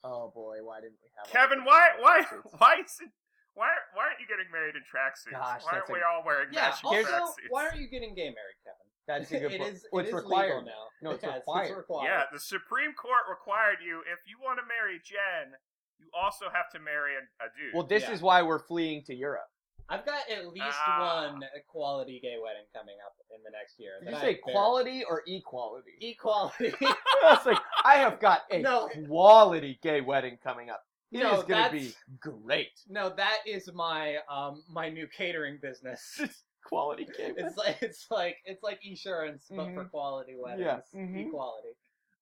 S3: Oh boy, why didn't we have all
S2: Kevin,
S3: the
S2: why, why,
S3: pantsuits?
S2: why is it? Why, why aren't you getting married in tracksuits?
S3: Gosh,
S2: why aren't
S3: that's a-
S2: we all wearing
S1: Yeah.
S2: matching
S1: Also,
S2: tracksuits?
S1: why are you getting gay married, Kevin?
S3: That's a good
S1: It
S3: point.
S1: is.
S3: Well,
S1: it
S3: it's
S1: is legal
S3: required.
S1: now.
S3: No, it's
S1: Yes,
S3: required.
S1: required.
S2: Yeah, the Supreme Court required you if you want to marry Jen, you also have to marry a, a dude.
S3: Well, this
S1: Yeah.
S3: is why we're fleeing to Europe.
S1: I've got at least
S2: Ah.
S1: one quality gay wedding coming up in the next year.
S3: Did
S1: that
S3: you
S1: I
S3: say
S1: bear-
S3: quality or equality?
S1: Equality.
S3: I was like, I have got a
S1: No.
S3: quality gay wedding coming up. It is
S1: No,
S3: going to
S1: that's-
S3: be great.
S1: no, that is my um my new catering business.
S3: Quality gay wedding.
S1: It's like it's like it's like insurance, but for quality weddings,
S3: Mm-hmm. Yeah, mhm.
S1: equality.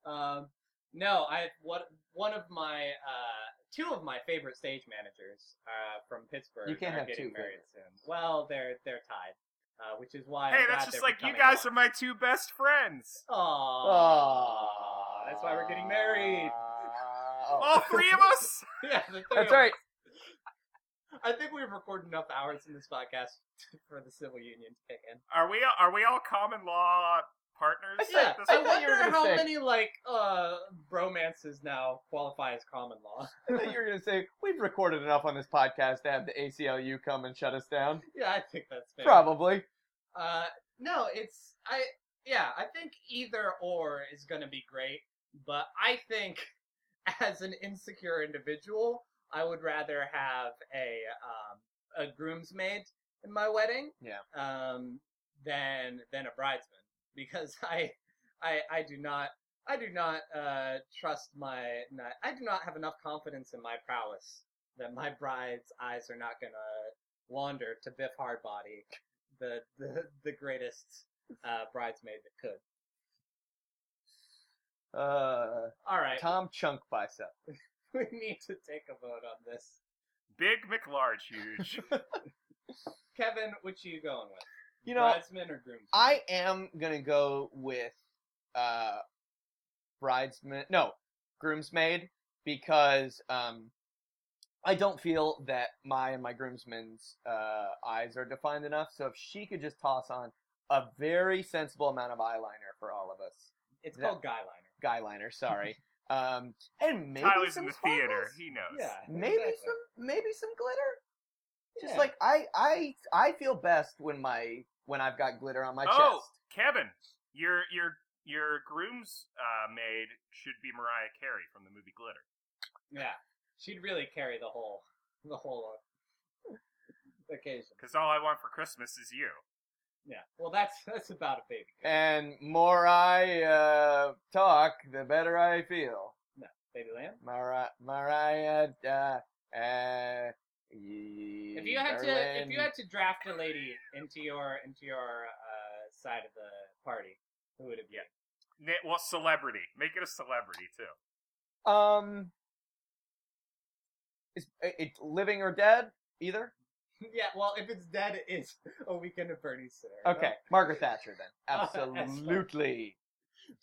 S1: Um, no, I what one of my uh, two of my favorite stage managers uh, from Pittsburgh.
S3: You can't
S1: are
S3: have
S1: getting
S3: two
S1: married soon. Well, they're they're tied, uh, which is why.
S2: hey, that's just like you guys are my two best friends.
S1: Oh, that's why we're getting married.
S3: Ah. Oh.
S2: All three of us.
S1: yeah, the three
S3: That's
S1: of us.
S3: right.
S1: I think we've recorded enough hours in this podcast for the civil union to kick in.
S2: Are we? Are we all common law partners? at
S3: Yeah,
S2: this
S1: I
S2: point?
S3: thought you were
S1: wonder
S3: gonna
S1: how
S3: say-
S1: many like uh bromances now qualify as common law.
S3: I thought you were going to say, we've recorded enough on this podcast to have the ACLU come and shut us down.
S1: yeah, I think that's fair.
S3: Probably.
S1: Uh, no, it's I. Yeah, I think either or is going to be great, but I think as an insecure individual, I would rather have a um, a groomsmaid in my wedding,
S3: Yeah.
S1: um, than than a bridesman because I I I do not. I do not uh, trust my. Not, I do not have enough confidence in my prowess that my bride's eyes are not gonna wander to Biff Hardbody the the, the greatest uh, bridesmaid that could.
S3: Uh,
S1: All right,
S3: Tom Chunk Bicep.
S1: we need to take a vote on this.
S2: Big McLarge, huge.
S1: Kevin, which are you going with?
S3: You know,
S1: bridesman or groom?
S3: I am gonna go with uh bridesmaid no groomsmaid because um I don't feel that my and my groomsman's uh eyes are defined enough. So if she could just toss on a very sensible amount of eyeliner for all of us.
S1: It's
S3: that-
S1: called guyliner.
S3: Guyliner, sorry. um and maybe
S2: Tyler's
S3: some
S2: in the theater.
S3: sparkles?
S2: He knows.
S1: Yeah,
S3: Maybe
S1: exactly.
S3: some maybe some glitter. Just
S1: Yeah.
S3: like I I I feel best when my when I've got glitter on my
S2: Oh,
S3: chest.
S2: Kevin, your your your groom's uh, maid should be Mariah Carey from the movie Glitter.
S1: yeah, she'd really carry the whole the whole uh, occasion.
S2: Because all I want for Christmas is you.
S1: Yeah, well, that's that's about a baby.
S3: And more I uh, talk, the better I feel.
S1: Baby lamb.
S3: Mari- Mariah, uh, uh, if
S1: If you had to, if you had to draft a lady into your into your uh, side of the party, who would it be?
S2: Yeah. Na- Well, celebrity. Make it a celebrity too.
S3: to, um, is it it living or dead? Either.
S1: yeah. Well, if it's dead, it's a weekend of Bernie scenario.
S3: Okay, Margaret Thatcher then.
S1: That's fine.
S3: Absolutely.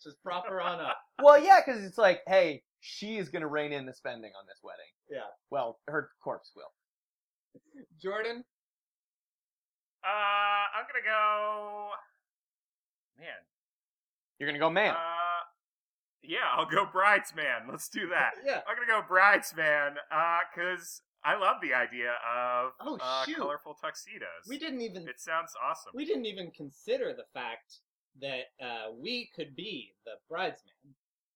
S1: Just prop her on up.
S3: well, yeah, because it's like, hey, she is gonna rein in the spending on this wedding.
S1: Yeah.
S3: Well, her corpse will.
S1: Jordan,
S2: Uh, I'm gonna go. Man.
S3: You're gonna go, man.
S2: Uh, yeah, I'll go bridesman. Let's do that.
S1: yeah.
S2: I'm gonna go bridesman. Uh, cause I love the idea of
S1: Oh,
S2: uh,
S1: shoot.
S2: colorful tuxedos.
S1: We didn't even
S2: It sounds awesome.
S1: we didn't even consider the fact that uh, we could be the bridesman.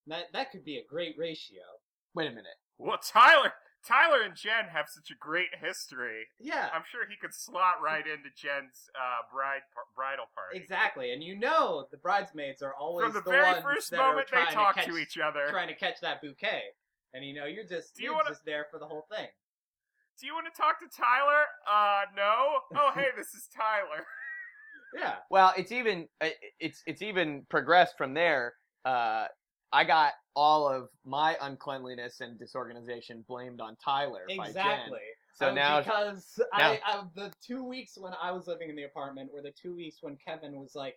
S1: That that could be a great ratio.
S3: Wait a minute.
S2: Well, Tyler, Tyler and Jen have such a great history.
S1: Yeah,
S2: I'm sure he could slot right into Jen's uh, bride par- bridal party.
S1: exactly. And you know the bridesmaids are always
S2: From the,
S1: the
S2: very
S1: ones
S2: first
S1: that are
S2: moment they
S1: trying
S2: talk
S1: catch,
S2: to each other.
S1: trying to catch that bouquet. And you know you're just
S2: Do you
S1: are
S2: wanna-
S1: just there for the whole thing.
S2: Do you want to talk to Tyler? Uh, no. Oh, hey, this is Tyler.
S1: Yeah,
S3: Well, it's even it- it's it's even progressed from there. Uh, I got all of my uncleanliness and disorganization blamed on Tyler. By Jen.
S1: exactly.
S3: So
S1: Oh,
S3: now,
S1: because
S3: now-
S1: I, I the two weeks when I was living in the apartment were the two weeks when Kevin was like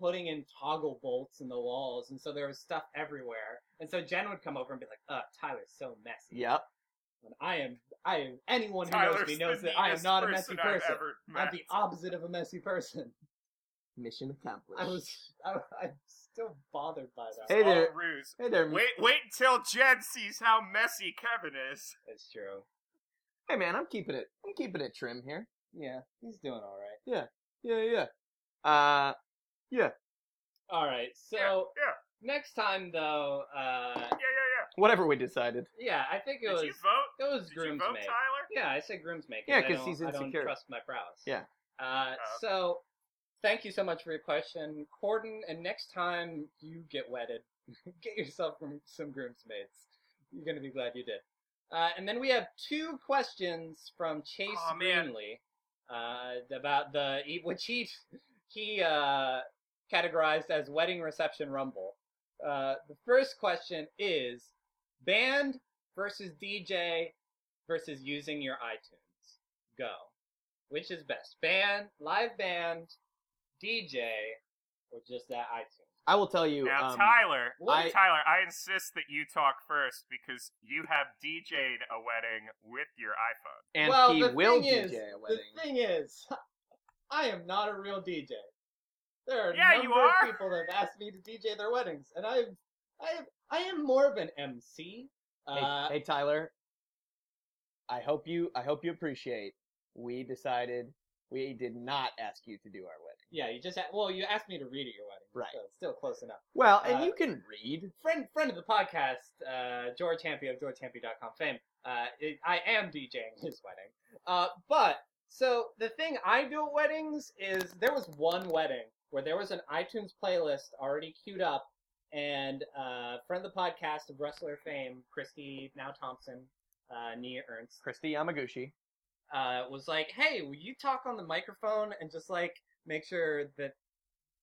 S1: putting in toggle bolts in the walls, and so there was stuff everywhere. And so Jen would come over and be like, "Uh, Tyler's so messy."
S3: yep.
S1: And I am I am anyone who knows
S2: Tyler's
S1: me knows
S2: the
S1: that I am
S2: neatest
S1: not a messy
S2: I've
S1: person.
S2: ever met.
S1: I'm the opposite of a messy person.
S3: Mission accomplished.
S1: I was, I, I'm still bothered by that.
S3: Hey
S2: All
S3: there.
S2: ruse.
S3: Hey there.
S2: Wait, wait until Jen sees how messy Kevin is.
S1: It's true.
S3: Hey man, I'm keeping it. I'm keeping it trim here.
S1: Yeah, he's doing all right.
S3: Yeah, yeah. Uh,
S1: All right. So
S2: Yeah, yeah.
S1: next time, though, uh,
S2: Yeah, yeah,
S3: whatever we decided.
S1: yeah, I think it
S2: yeah.
S1: was
S2: Did you vote?
S1: it was
S2: Did you
S1: groomsmaid.
S2: vote, Tyler?
S1: Yeah, I said groomsmaid.
S3: Yeah,
S1: I
S3: 'cause
S1: don't-
S3: he's
S1: I don't
S3: insecure.
S1: trust my prowess.
S3: Yeah.
S1: Uh,
S2: Oh.
S1: so thank you so much for your question, Corden. And next time you get wedded, get yourself from some groomsmaids. You're gonna be glad you did. Uh, and then we have two questions from Chase
S2: Aw, man.
S1: Greenlee uh, about the which he he uh, categorized as wedding reception rumble. Uh, the first question is band versus DJ versus using your iTunes. Go. Which is best? Band, live band, DJ, or just that iTunes?
S3: I will tell you.
S2: Now,
S3: um,
S2: Tyler,
S1: what-
S2: Tyler, I insist that you talk first because you have DJ'd a wedding with your iPhone.
S3: and
S1: well,
S3: he
S1: the
S3: will
S1: thing
S3: DJ
S1: is,
S3: a wedding.
S1: The thing is, I am not a real DJ. There are
S2: Yeah,
S1: a
S2: you
S1: number
S2: are.
S1: of people that have asked me to DJ their weddings, and I, I, have, I am more of an MC.
S3: Hey,
S1: Uh,
S3: hey Tyler, I hope you I hope you appreciate. We decided we did not ask you to do our wedding.
S1: Yeah, you just had, well, you asked me to read at your wedding,
S3: Right.
S1: So it's still close enough.
S3: Well,
S1: and
S3: and
S1: you
S3: you can Uh, read.
S1: friend friend of the podcast, uh, George Hampy of GeorgeHampy.com fame. Uh, it, I am DJing his wedding. Uh, but so the thing I do at weddings is there was one wedding where there was an iTunes playlist already queued up, and uh, friend of the podcast of wrestler fame, Christy now Thompson, uh, Nia Ernst,
S3: Christy Yamaguchi.
S1: uh, was like, "Hey, will you talk on the microphone and just like make sure that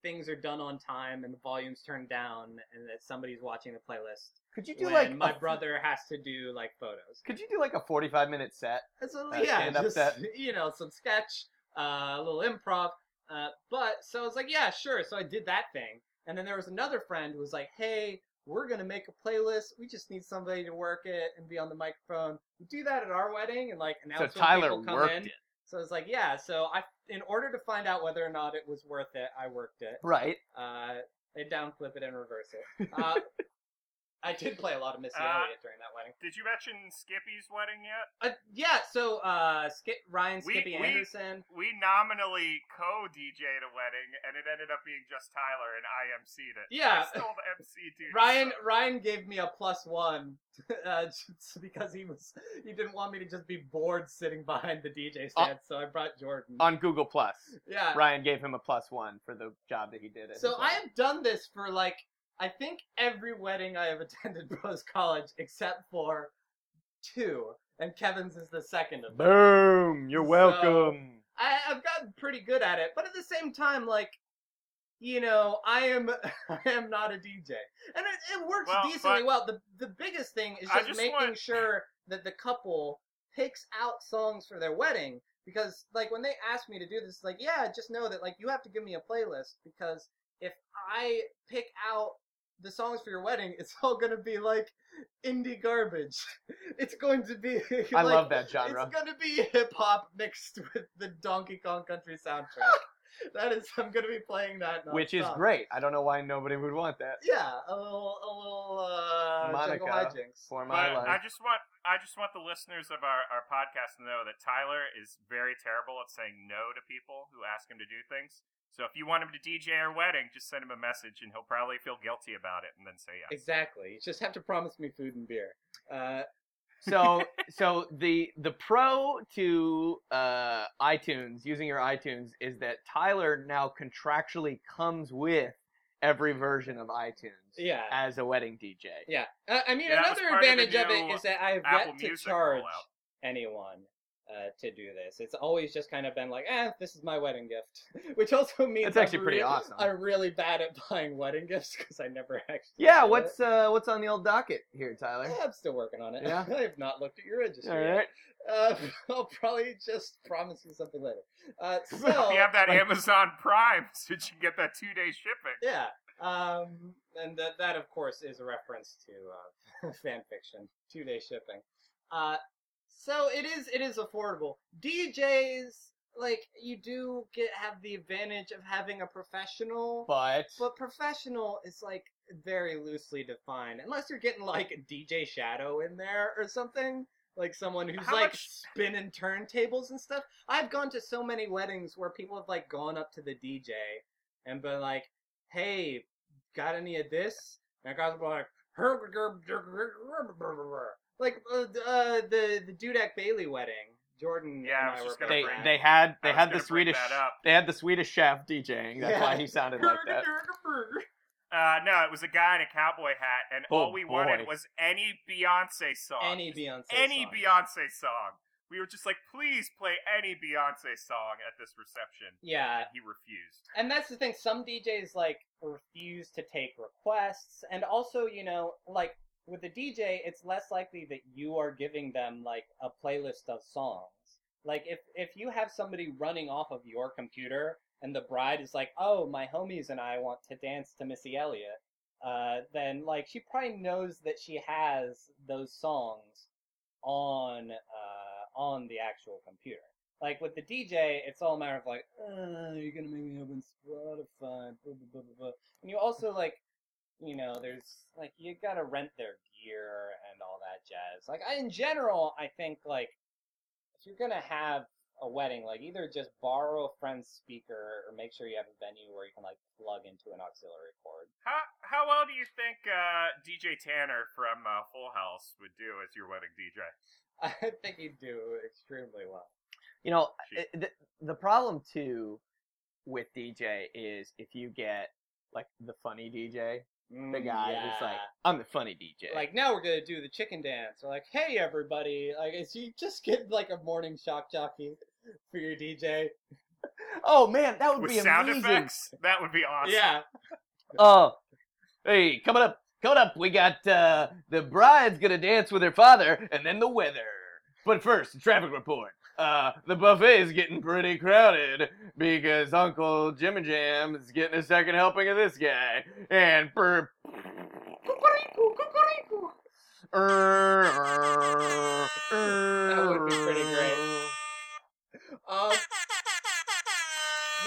S1: things are done on time and the volume's turned down and that somebody's watching the playlist?"
S3: Could you do
S1: when
S3: like
S1: my
S3: a-
S1: brother has to do like photos.
S3: Could you do like a forty five minute set?
S1: And so,
S3: Uh,
S1: yeah,
S3: stand-up
S1: just
S3: set.
S1: you know, some sketch, uh, a little improv. Uh, but so I was like, yeah, sure. So I did that thing, and then there was another friend who was like, hey, we're gonna make a playlist. We just need somebody to work it and be on the microphone. We do that at our wedding, and like announce
S3: So
S1: when
S3: Tyler
S1: people come
S3: worked
S1: in.
S3: it,
S1: So it's like, yeah. So I, in order to find out whether or not it was worth it, I worked it.
S3: right?
S1: Uh, I downflip it and reverse it. Uh, I did play a lot of Missy
S2: Uh,
S1: Elliott during that wedding.
S2: Did you mention Skippy's wedding yet?
S1: Uh, yeah, so uh, Skip, Ryan
S2: We-
S1: Skippy
S2: we-
S1: Anderson.
S2: We nominally co-DJ'd a wedding, and it ended up being just Tyler, and I MC'd it.
S1: Yeah.
S2: I stole the MC dude.
S1: Ryan Ryan gave me a plus one uh, just because he was he didn't want me to just be bored sitting behind the DJ stand, so I brought Jordan.
S3: On Google Plus,
S1: yeah.
S3: Ryan gave him a plus one for the job that he did. at
S1: So
S3: his
S1: I
S3: wedding.
S1: have done this for like I think every wedding I have attended post college except for two, and Kevin's is the second of them.
S3: Boom! You're
S1: So-
S3: welcome.
S1: I, I've gotten pretty good at it, but at the same time, like, you know, I am I am not a DJ, and it, it works
S2: Well,
S1: decently
S2: but-
S1: well. The the biggest thing is
S2: I
S1: just,
S2: just
S1: making
S2: want-
S1: sure that the couple picks out songs for their wedding because, like, when they asked me to do this, like, yeah, just know that like you have to give me a playlist because if I pick out the songs for your wedding, it's all gonna be like indie garbage. It's going to be.
S3: I
S1: like,
S3: love that genre.
S1: it's gonna be hip hop mixed with the Donkey Kong Country soundtrack. that is, I'm gonna be playing that.
S3: which is
S1: nonstop.
S3: great. I don't know why nobody would want that
S1: Yeah, a little, a little uh,
S3: Monica.
S1: Jungle hijinks.
S3: for my
S2: But I
S3: life.
S2: just want I just want the listeners of our, our podcast to know that Tyler is very terrible at saying no to people who ask him to do things. So if you want him to DJ our wedding, just send him a message and he'll probably feel guilty about it and then say yes.
S1: Exactly. You just have to promise me food and beer. Uh,
S3: so, so the the pro to uh, iTunes using your iTunes is that Tyler now contractually comes with every version of iTunes
S1: yeah.
S3: as a wedding DJ.
S1: Yeah. Uh, I mean,
S2: Yeah, that was
S1: another
S2: part of the
S1: advantage of,
S2: new
S1: it is that I have
S2: Apple
S1: yet to
S2: Music
S1: charge
S2: rollout.
S1: anyone uh, to do this. It's always just kind of been like, eh, this is my wedding gift, which also means
S3: That's actually
S1: I'm
S3: pretty
S1: rea-
S3: awesome.
S1: I'm really bad at buying wedding gifts because I never actually.
S3: Yeah,
S1: do it.
S3: what's uh, what's on the old docket here, Tyler?
S1: Yeah, I'm still working on it.
S3: Yeah?
S1: I have not looked at your registry.
S3: All
S1: yet.
S3: right.
S1: Uh, I'll probably just promise you something later. Uh, so
S2: If you have that
S3: like-
S2: Amazon Prime, so you can get that two day shipping.
S1: yeah, um, and that that of course is a reference to uh, fan fiction, two day shipping. Uh, So it is it is affordable. DJs like you do get have the advantage of having a professional,
S3: But
S1: but professional is like very loosely defined. Unless you're getting like DJ Shadow in there or something, like someone who's
S2: How
S1: like
S2: much-
S1: spinning turntables and stuff. I've gone to so many weddings where people have like gone up to the DJ and been like, "Hey, got any of this?" And that guy's been like, like uh, uh, the the Dudek Bailey wedding. Jordan,
S2: Yeah, I
S1: and
S2: was
S1: I
S2: just
S1: were
S2: gonna
S3: they
S1: both
S2: bring-
S1: at.
S3: they had
S2: I
S3: they
S2: was
S3: had
S2: gonna
S3: the
S2: bring
S3: Swedish
S2: that up.
S3: they had the Swedish chef DJing. That's
S1: Yeah.
S3: why he sounded like that.
S2: Uh, no, it was a guy in a cowboy hat, and
S3: Oh,
S2: all we wanted
S3: boy.
S2: was any Beyonce song.
S1: Any Beyonce.
S2: Any
S1: song.
S2: Beyonce song. We were just like, please play any Beyonce song at this reception.
S1: Yeah,
S2: And he refused.
S1: and that's the thing. Some DJs like refuse to take requests, and also you know like with the DJ, it's less likely that you are giving them like a playlist of songs. Like if if you have somebody running off of your computer and the bride is like, "Oh, my homies and I want to dance to Missy Elliott," uh, then like she probably knows that she has those songs on uh, on the actual computer. Like with the DJ, it's all a matter of like, uh, you're gonna make me open Spotify, blah, blah, blah, blah, blah. and you also like, you know, there's like you gotta rent their gear and all that jazz. Like I, in general, I think like if you're gonna have a wedding, like either just borrow a friend's speaker or make sure you have a venue where you can like plug into an auxiliary cord.
S2: How how well do you think uh, DJ Tanner from uh, Full House would do as your wedding DJ?
S1: I think you do extremely well.
S3: You know,
S2: She-
S3: it- the, the problem too with DJ is if you get like the funny DJ, the
S1: Mm,
S3: guy
S1: yeah.
S3: who's like, "I'm the funny DJ."
S1: like now we're gonna do the chicken dance or like hey everybody like it's you just get like a morning shock jockey for your dj
S3: oh man, that would
S2: With
S3: be
S2: sound
S3: amazing.
S2: effects? That would be awesome.
S1: yeah
S3: Oh, hey, coming up, coming up, we got uh, the bride's gonna dance with her father, and then the weather. But first, the traffic report. Uh, the buffet is getting pretty crowded because Uncle Jim and Jam is getting a second helping of this guy, and for. That
S1: would be pretty great. um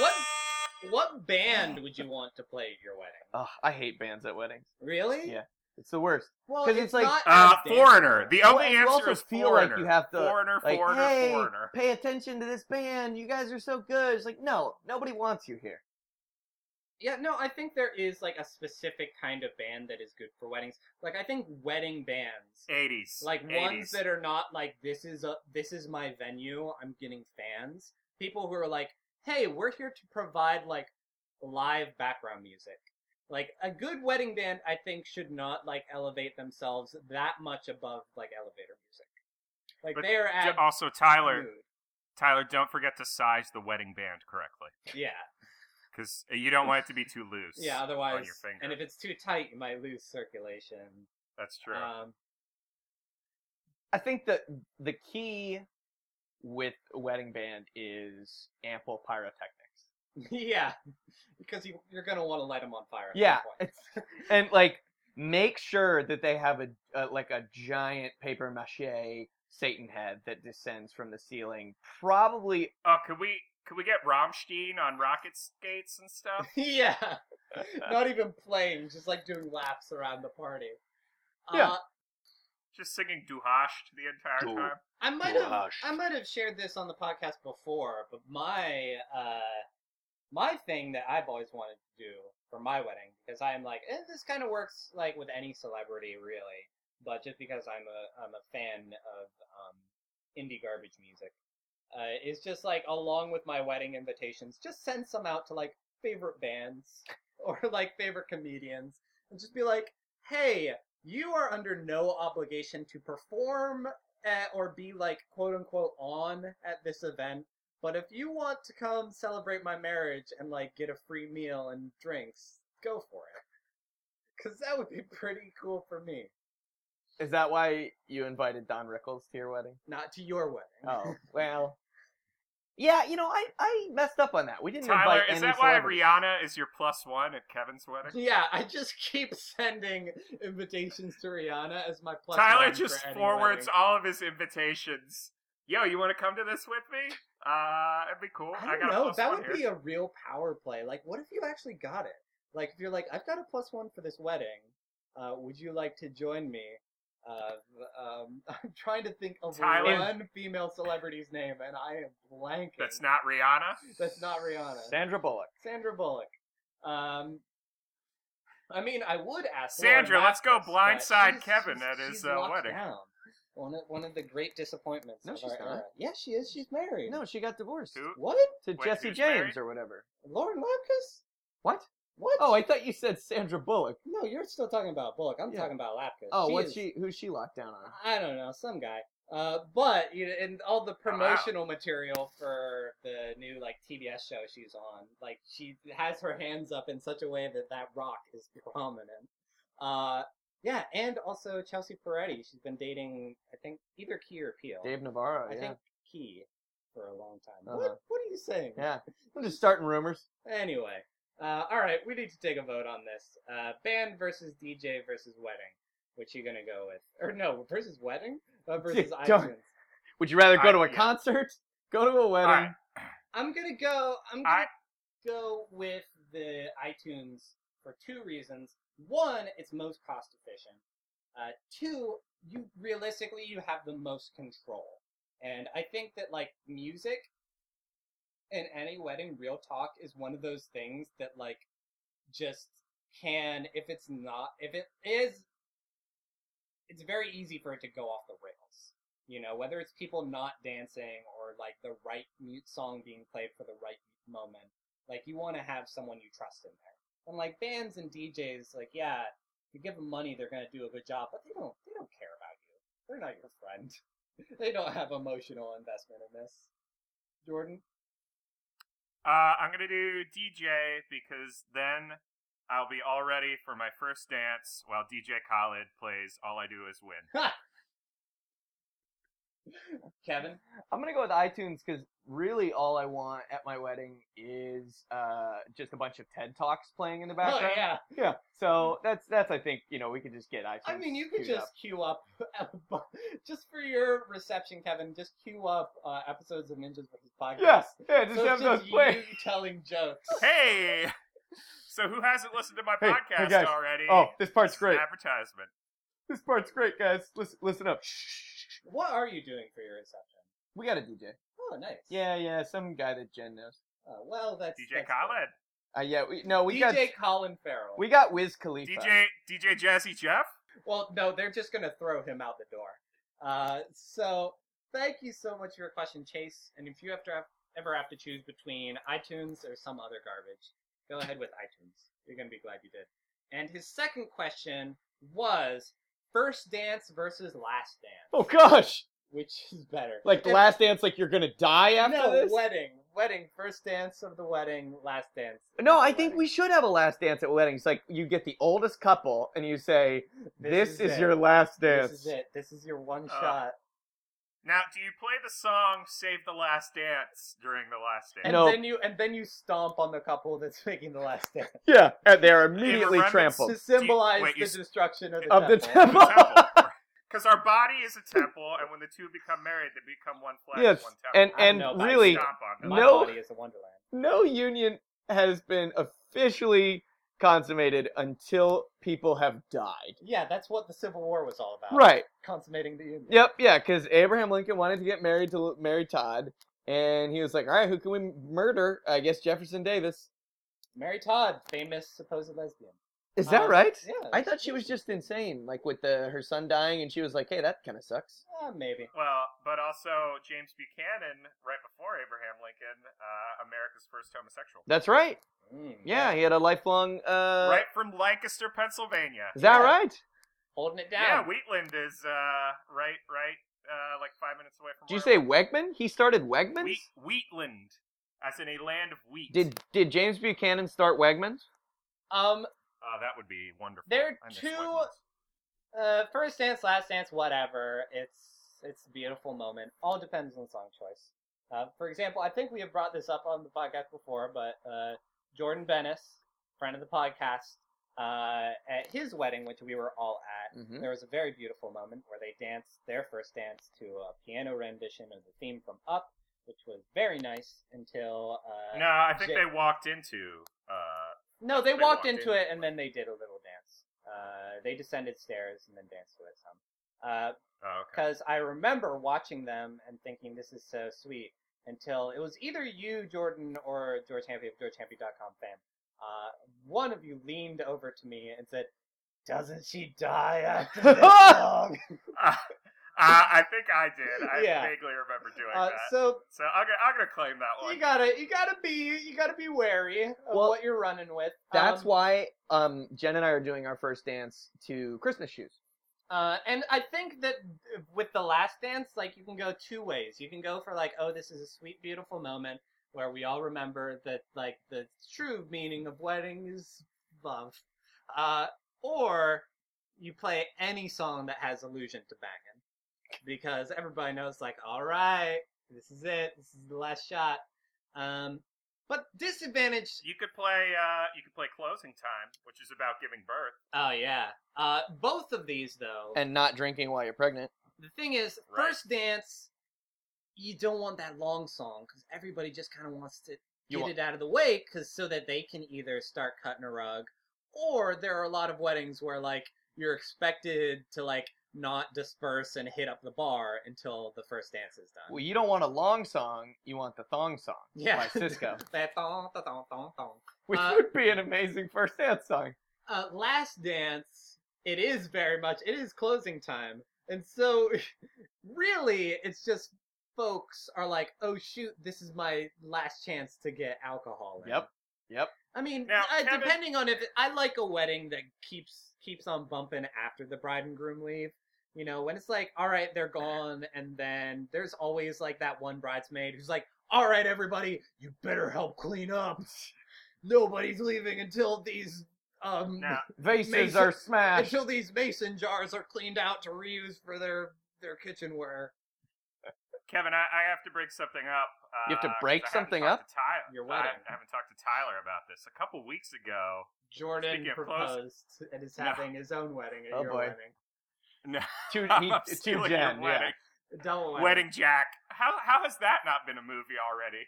S1: what what band would you want to play at your wedding
S3: Oh, I hate bands at weddings.
S1: really
S3: Yeah. It's the worst.
S1: well
S3: 'Cause
S1: it's,
S3: it's like-
S1: not
S2: Uh,
S1: as
S2: foreigner.
S1: danceable.
S2: The
S3: Well,
S2: only
S3: and you
S2: answer
S3: also
S2: is
S3: feel like
S2: foreigner.
S3: you have to,
S2: foreigner,
S3: like,
S2: foreigner,
S3: hey,
S2: foreigner.
S3: pay attention to this band. You guys are so good. It's like, no, nobody wants you here.
S1: yeah no i think there is like a specific kind of band that is good for weddings like i think wedding bands
S2: Eighties,
S1: like ones that are not like this is a this is my venue i'm getting fans people who are like hey we're here to provide like live background music like a good wedding band i think should not like elevate themselves that much above like elevator music like
S2: But
S1: they're at
S2: also Tyler.
S1: mood.
S2: Tyler, don't forget to size the wedding band correctly,
S1: yeah
S2: because you don't want it to be too loose.
S1: yeah otherwise
S2: your finger.
S1: and if it's too tight you might lose circulation
S2: that's true.
S1: um
S3: I think that the key with a wedding band is ample pyrotechnics.
S1: yeah because you, you're gonna want to light them on fire at
S3: Yeah,
S1: some point.
S3: it's, and like make sure that they have a, a like a giant paper mache Satan head that descends from the ceiling, probably
S2: oh, could we could we get Rammstein on rocket skates and stuff?
S1: yeah. Not even playing, just like doing laps around the party. Uh,
S3: Yeah.
S2: Just singing Du Hast the entire
S3: Du-
S2: time.
S1: I might have
S3: Gosh.
S1: I might have shared this on the podcast before, but my uh my thing that I've always wanted to do for my wedding because I'm like eh, this kind of works like with any celebrity really, but just because I'm a I'm a fan of um indie garbage music uh, is just like along with my wedding invitations, just send some out to like favorite bands or like favorite comedians and just be like, hey, you are under no obligation to perform at, or be like quote unquote on at this event. But if you want to come celebrate my marriage and like get a free meal and drinks, go for it. Cause that would be pretty cool for me.
S3: Is that why you invited Don Rickles to your wedding?
S2: Oh.
S1: Not to your wedding.
S3: Oh, well, Yeah, you know, I, I messed up on that. We didn't
S2: Tyler,
S3: invite
S2: is
S3: any
S2: that why
S3: celebrities.
S2: Rihanna is your plus one at Kevin's wedding?
S1: Yeah, I just keep sending invitations to Rihanna as my plus.
S2: Tyler
S1: one
S2: just
S1: for any
S2: forwards
S1: wedding.
S2: all of his invitations. Yo, you want to come to this with me? Uh, it'd be cool.
S1: I don't
S2: got a
S1: know.
S2: plus
S1: That
S2: one
S1: would
S2: here.
S1: be a real power play. Like, what if you actually got it? Like, if you're like, I've got a plus one for this wedding. Uh, would you like to join me? Uh, um, I'm trying to think of
S2: Tyler.
S1: one female celebrity's name, and I am blanking.
S2: That's not Rihanna.
S1: That's not Rihanna.
S3: Sandra Bullock.
S1: Sandra Bullock. Um, I mean, I would ask
S2: Sandra,
S1: Lauren
S2: let's go
S1: Backus, but
S2: blindside
S1: she's-
S2: Kevin
S1: she's-
S2: at his,
S1: she's
S2: uh,
S1: locked
S2: wedding.
S1: Down. One of one of the great disappointments.
S3: No,
S1: of
S3: she's
S1: our
S3: not.
S1: era. Yeah, she is. She's married.
S3: No, she got divorced
S2: Who?
S1: What?
S3: to
S2: Wait,
S3: Jesse
S2: who's
S3: James
S2: married?
S3: or whatever.
S1: Lauren Lapkus?
S3: What?
S1: What?
S3: Oh, I thought you said Sandra Bullock.
S1: no, you're still talking about Bullock. I'm
S3: Yeah.
S1: talking about Lapkus.
S3: Oh,
S1: she
S3: what's
S1: is-
S3: she? Who's she locked down on?
S1: I don't know, some guy. Uh, but you know, and all the
S2: wow.
S1: promotional material for the new like TBS show she's on, like she has her hands up in such a way that that rock is prominent. Uh, yeah, and also Chelsea Peretti. She's been dating, I think, either Key or Peel.
S3: Dave Navarro.
S1: I
S3: yeah.
S1: think Key for a long time.
S3: Uh-huh.
S1: What? What are you saying?
S3: Yeah. I'm just starting rumors.
S1: Anyway, uh, all right, we need to take a vote on this. Uh, band versus DJ versus wedding. Which you gonna go with? Or no, versus wedding uh, versus
S3: Don't-
S1: iTunes.
S3: Would you rather go
S2: I-
S3: to a
S2: yeah.
S3: concert? Go to a wedding?
S2: All right.
S1: I'm gonna go. I'm gonna
S2: I-
S1: go with the iTunes for two reasons. One, it's most cost efficient. Uh, two, you realistically you have the most control, and I think that like music in any wedding, real talk is one of those things that like just can if it's not if it is it's very easy for it to go off the rails. You know, whether it's people not dancing or like the right mute song being played for the right moment. Like you want to have someone you trust in there. And like bands and DJs, like yeah, if you give them money, they're gonna do a good job, but they don't. They don't care about you. They're not your friend. they don't have emotional investment in this. Jordan,
S2: Uh, I'm gonna do DJ because then I'll be all ready for my first dance while DJ Khaled plays "All I Do Is Win."
S1: Kevin,
S3: I'm gonna go with iTunes because really all I want at my wedding is uh, just a bunch of TED talks playing in the
S1: oh
S3: background.
S1: yeah.
S3: yeah. So that's that's I think you know we could just get iTunes.
S1: I mean, you could
S3: queued
S1: just queue up just for your reception, Kevin. Just queue up uh, episodes of Ninjas versus Podcast.
S3: up. yeah yeah just
S1: So
S3: have
S1: it's
S3: those
S1: just
S3: play.
S1: you telling jokes.
S2: Hey, so who hasn't listened to my
S3: Hey, hey,
S2: podcast
S3: guys.
S2: already?
S3: Oh, this part's
S2: It's
S3: great.
S2: an Advertisement.
S3: This part's great, guys. Listen listen up.
S1: What are you doing for your reception?
S3: We got a DJ.
S1: Oh, nice.
S3: Yeah yeah some guy that Jen knows.
S1: Oh, well, that's
S2: DJ
S1: that's good.
S2: Khaled,
S3: Uh, yeah we no
S1: DJ
S3: we got
S1: Colin Farrell.
S3: we got Wiz Khalifa.
S2: DJ DJ Jazzy Jeff.
S1: Well, no, they're just gonna throw him out the door. Uh, so thank you so much for your question, Chase. And if you have to have, ever have to choose between iTunes or some other garbage, go ahead with iTunes. You're gonna be glad you did. And his second question was first dance versus last dance,
S3: Oh gosh,
S1: which is better.
S3: like
S1: If-
S3: Last Dance, like you're gonna die after
S1: no,
S3: this.
S1: wedding, wedding, first dance of the wedding, last dance. of
S3: No,
S1: the
S3: I think
S1: wedding.
S3: we should have a last dance at weddings. Like you get the oldest couple and you say, "This, is,
S1: it.
S3: your last dance."
S1: This is it. This is your one
S2: Uh,
S1: shot.
S2: Now, do you play the song "Save the Last Dance" during the last dance?
S1: And
S3: No.
S1: then you and then you stomp on the couple that's making the last dance
S3: Yeah, and they are immediately
S2: remembrance
S1: to
S3: trampled
S1: symbolize
S2: wait, you
S1: the
S2: s-
S1: destruction of the
S3: of the
S1: temple.
S3: temple.
S2: Because our body is a temple, and when the two become married, they become one flesh,
S3: yes,
S2: one temple.
S3: and
S1: I don't
S3: and
S1: know about
S3: really,
S1: that.
S2: Stomp on
S1: My
S2: them.
S3: No.
S1: body is a wonderland.
S3: no union has been officially consummated until people have died.
S1: Yeah, that's what the Civil War was all about.
S3: Right.
S1: Consummating the union.
S3: Yep. Yeah. Because Abraham Lincoln wanted to get married to marry Todd, and he was like, "All right, who can we murder? I guess Jefferson Davis."
S1: Mary Todd, famous supposed lesbian.
S3: Is that
S1: Um,
S3: right?
S1: Yeah.
S3: I thought she was just insane, like with the her son dying, and she was like, "Hey, that kind of sucks."
S1: Uh, maybe.
S2: Well, but also James Buchanan, right before Abraham Lincoln, uh, America's first homosexual.
S3: That's right.
S1: Mm,
S3: Yeah, he had a lifelong. Uh,
S2: right from Lancaster, Pennsylvania.
S3: Is that
S1: Yeah.
S3: right?
S1: Holding it down.
S2: Yeah, Wheatland is uh, right, right, uh, like five minutes away from.
S3: Did you say
S2: where
S3: Wegman? He started Wegmans.
S2: Wheat, Wheatland, as in a land of wheat?
S3: Did did James Buchanan start Wegmans?
S1: Um,
S2: Uh, that would be wonderful.
S1: There are
S2: I miss
S1: two-
S2: Wegmans.
S1: uh, first dance, last dance, whatever. It's it's a beautiful moment. All depends on song choice. Uh, for example, I think we have brought this up on the podcast before, but uh, Jordan Bennis, friend of the podcast, uh, at his wedding, which we were all at,
S3: Mhm.
S1: there was a very beautiful moment where they danced their first dance to a piano rendition of the theme from Up, which was very nice until. Uh,
S2: No, I think
S1: Jay-
S2: they walked into. Uh,
S1: no, they,
S2: They
S1: walked
S2: walked
S1: into
S2: in.
S1: it and then they did a little dance. Uh, they descended stairs and then danced to it some. Uh,
S2: oh, okay.
S1: because I remember watching them and thinking this is so sweet until it was either you, Jordan, or George Hampy of GeorgeHampy.com fam. Uh, one of you leaned over to me and said, "Doesn't she die after this song?"
S2: Uh, I I think I did. I
S1: Yeah.
S2: vaguely remember doing
S1: Uh,
S2: that. So,
S1: so
S2: I'm, gonna, I'm gonna claim that one.
S1: you gotta, you gotta be, you gotta be wary of
S3: Oh, Well,
S1: what you're running with.
S3: That's
S1: Um,
S3: why um, Jen and I are doing our first dance to Christmas shoes.
S1: Uh, and I think that uh, with the last dance, like you can go two ways. You can go for like, oh, this is a sweet, beautiful moment where we all remember that like the true meaning of wedding is love, uh, or you play any song that has allusion to banging, because everybody knows like, all right, this is it, this is the last shot. Um, but disadvantage
S2: You could play. Uh, you could play closing time, which is about giving birth.
S1: Oh yeah. Uh, both of these though.
S3: And not drinking while you're pregnant.
S1: the thing is,
S2: Right.
S1: first dance, you don't want that long song because everybody just kind of wants to get
S3: You want-
S1: it out of the way, because so that they can either start cutting a rug, or there are a lot of weddings where like you're expected to like not disperse and hit up the bar until the first dance is done.
S3: Well, you don't want a long song. You want the thong song
S1: yeah, Uh,
S3: by Cisco,
S1: That thong, thong, thong, thong, thong.
S3: which
S1: Uh,
S3: would be an amazing first dance song.
S1: uh, last dance it is very much it is closing time and so really it's just folks are like oh shoot this is my last chance to get alcohol in.
S3: Yep. Yep.
S1: i mean
S2: Now,
S1: uh,
S2: Kevin-
S1: depending on if i like a wedding that keeps keeps on bumping after the bride and groom leave you know when it's like all right they're gone and then there's always like that one bridesmaid who's like all right everybody you better help clean up nobody's leaving until these um
S2: Now,
S3: Vases
S1: Mason-
S3: are smashed.
S1: until these mason jars are cleaned out to reuse for their their kitchenware.
S2: Kevin, I, I have to break something up. Uh,
S3: You have to break
S2: 'cause I haven't
S3: something
S2: talked
S3: up?
S2: to Tyler.
S1: Your
S2: I
S1: wedding.
S2: haven't, I haven't talked to Tyler about this. A couple weeks ago.
S1: Jordan
S2: Speaking of
S1: proposed and is
S2: No.
S1: having his own wedding at
S3: Oh,
S1: your
S3: boy.
S1: wedding.
S2: No,
S3: to,
S1: Oh,
S2: I'm
S3: he,
S2: stealing
S3: to
S2: your
S3: Jen. Yeah.
S2: wedding.
S1: A double wedding.
S2: Wedding Jack. How how has that not been a movie already?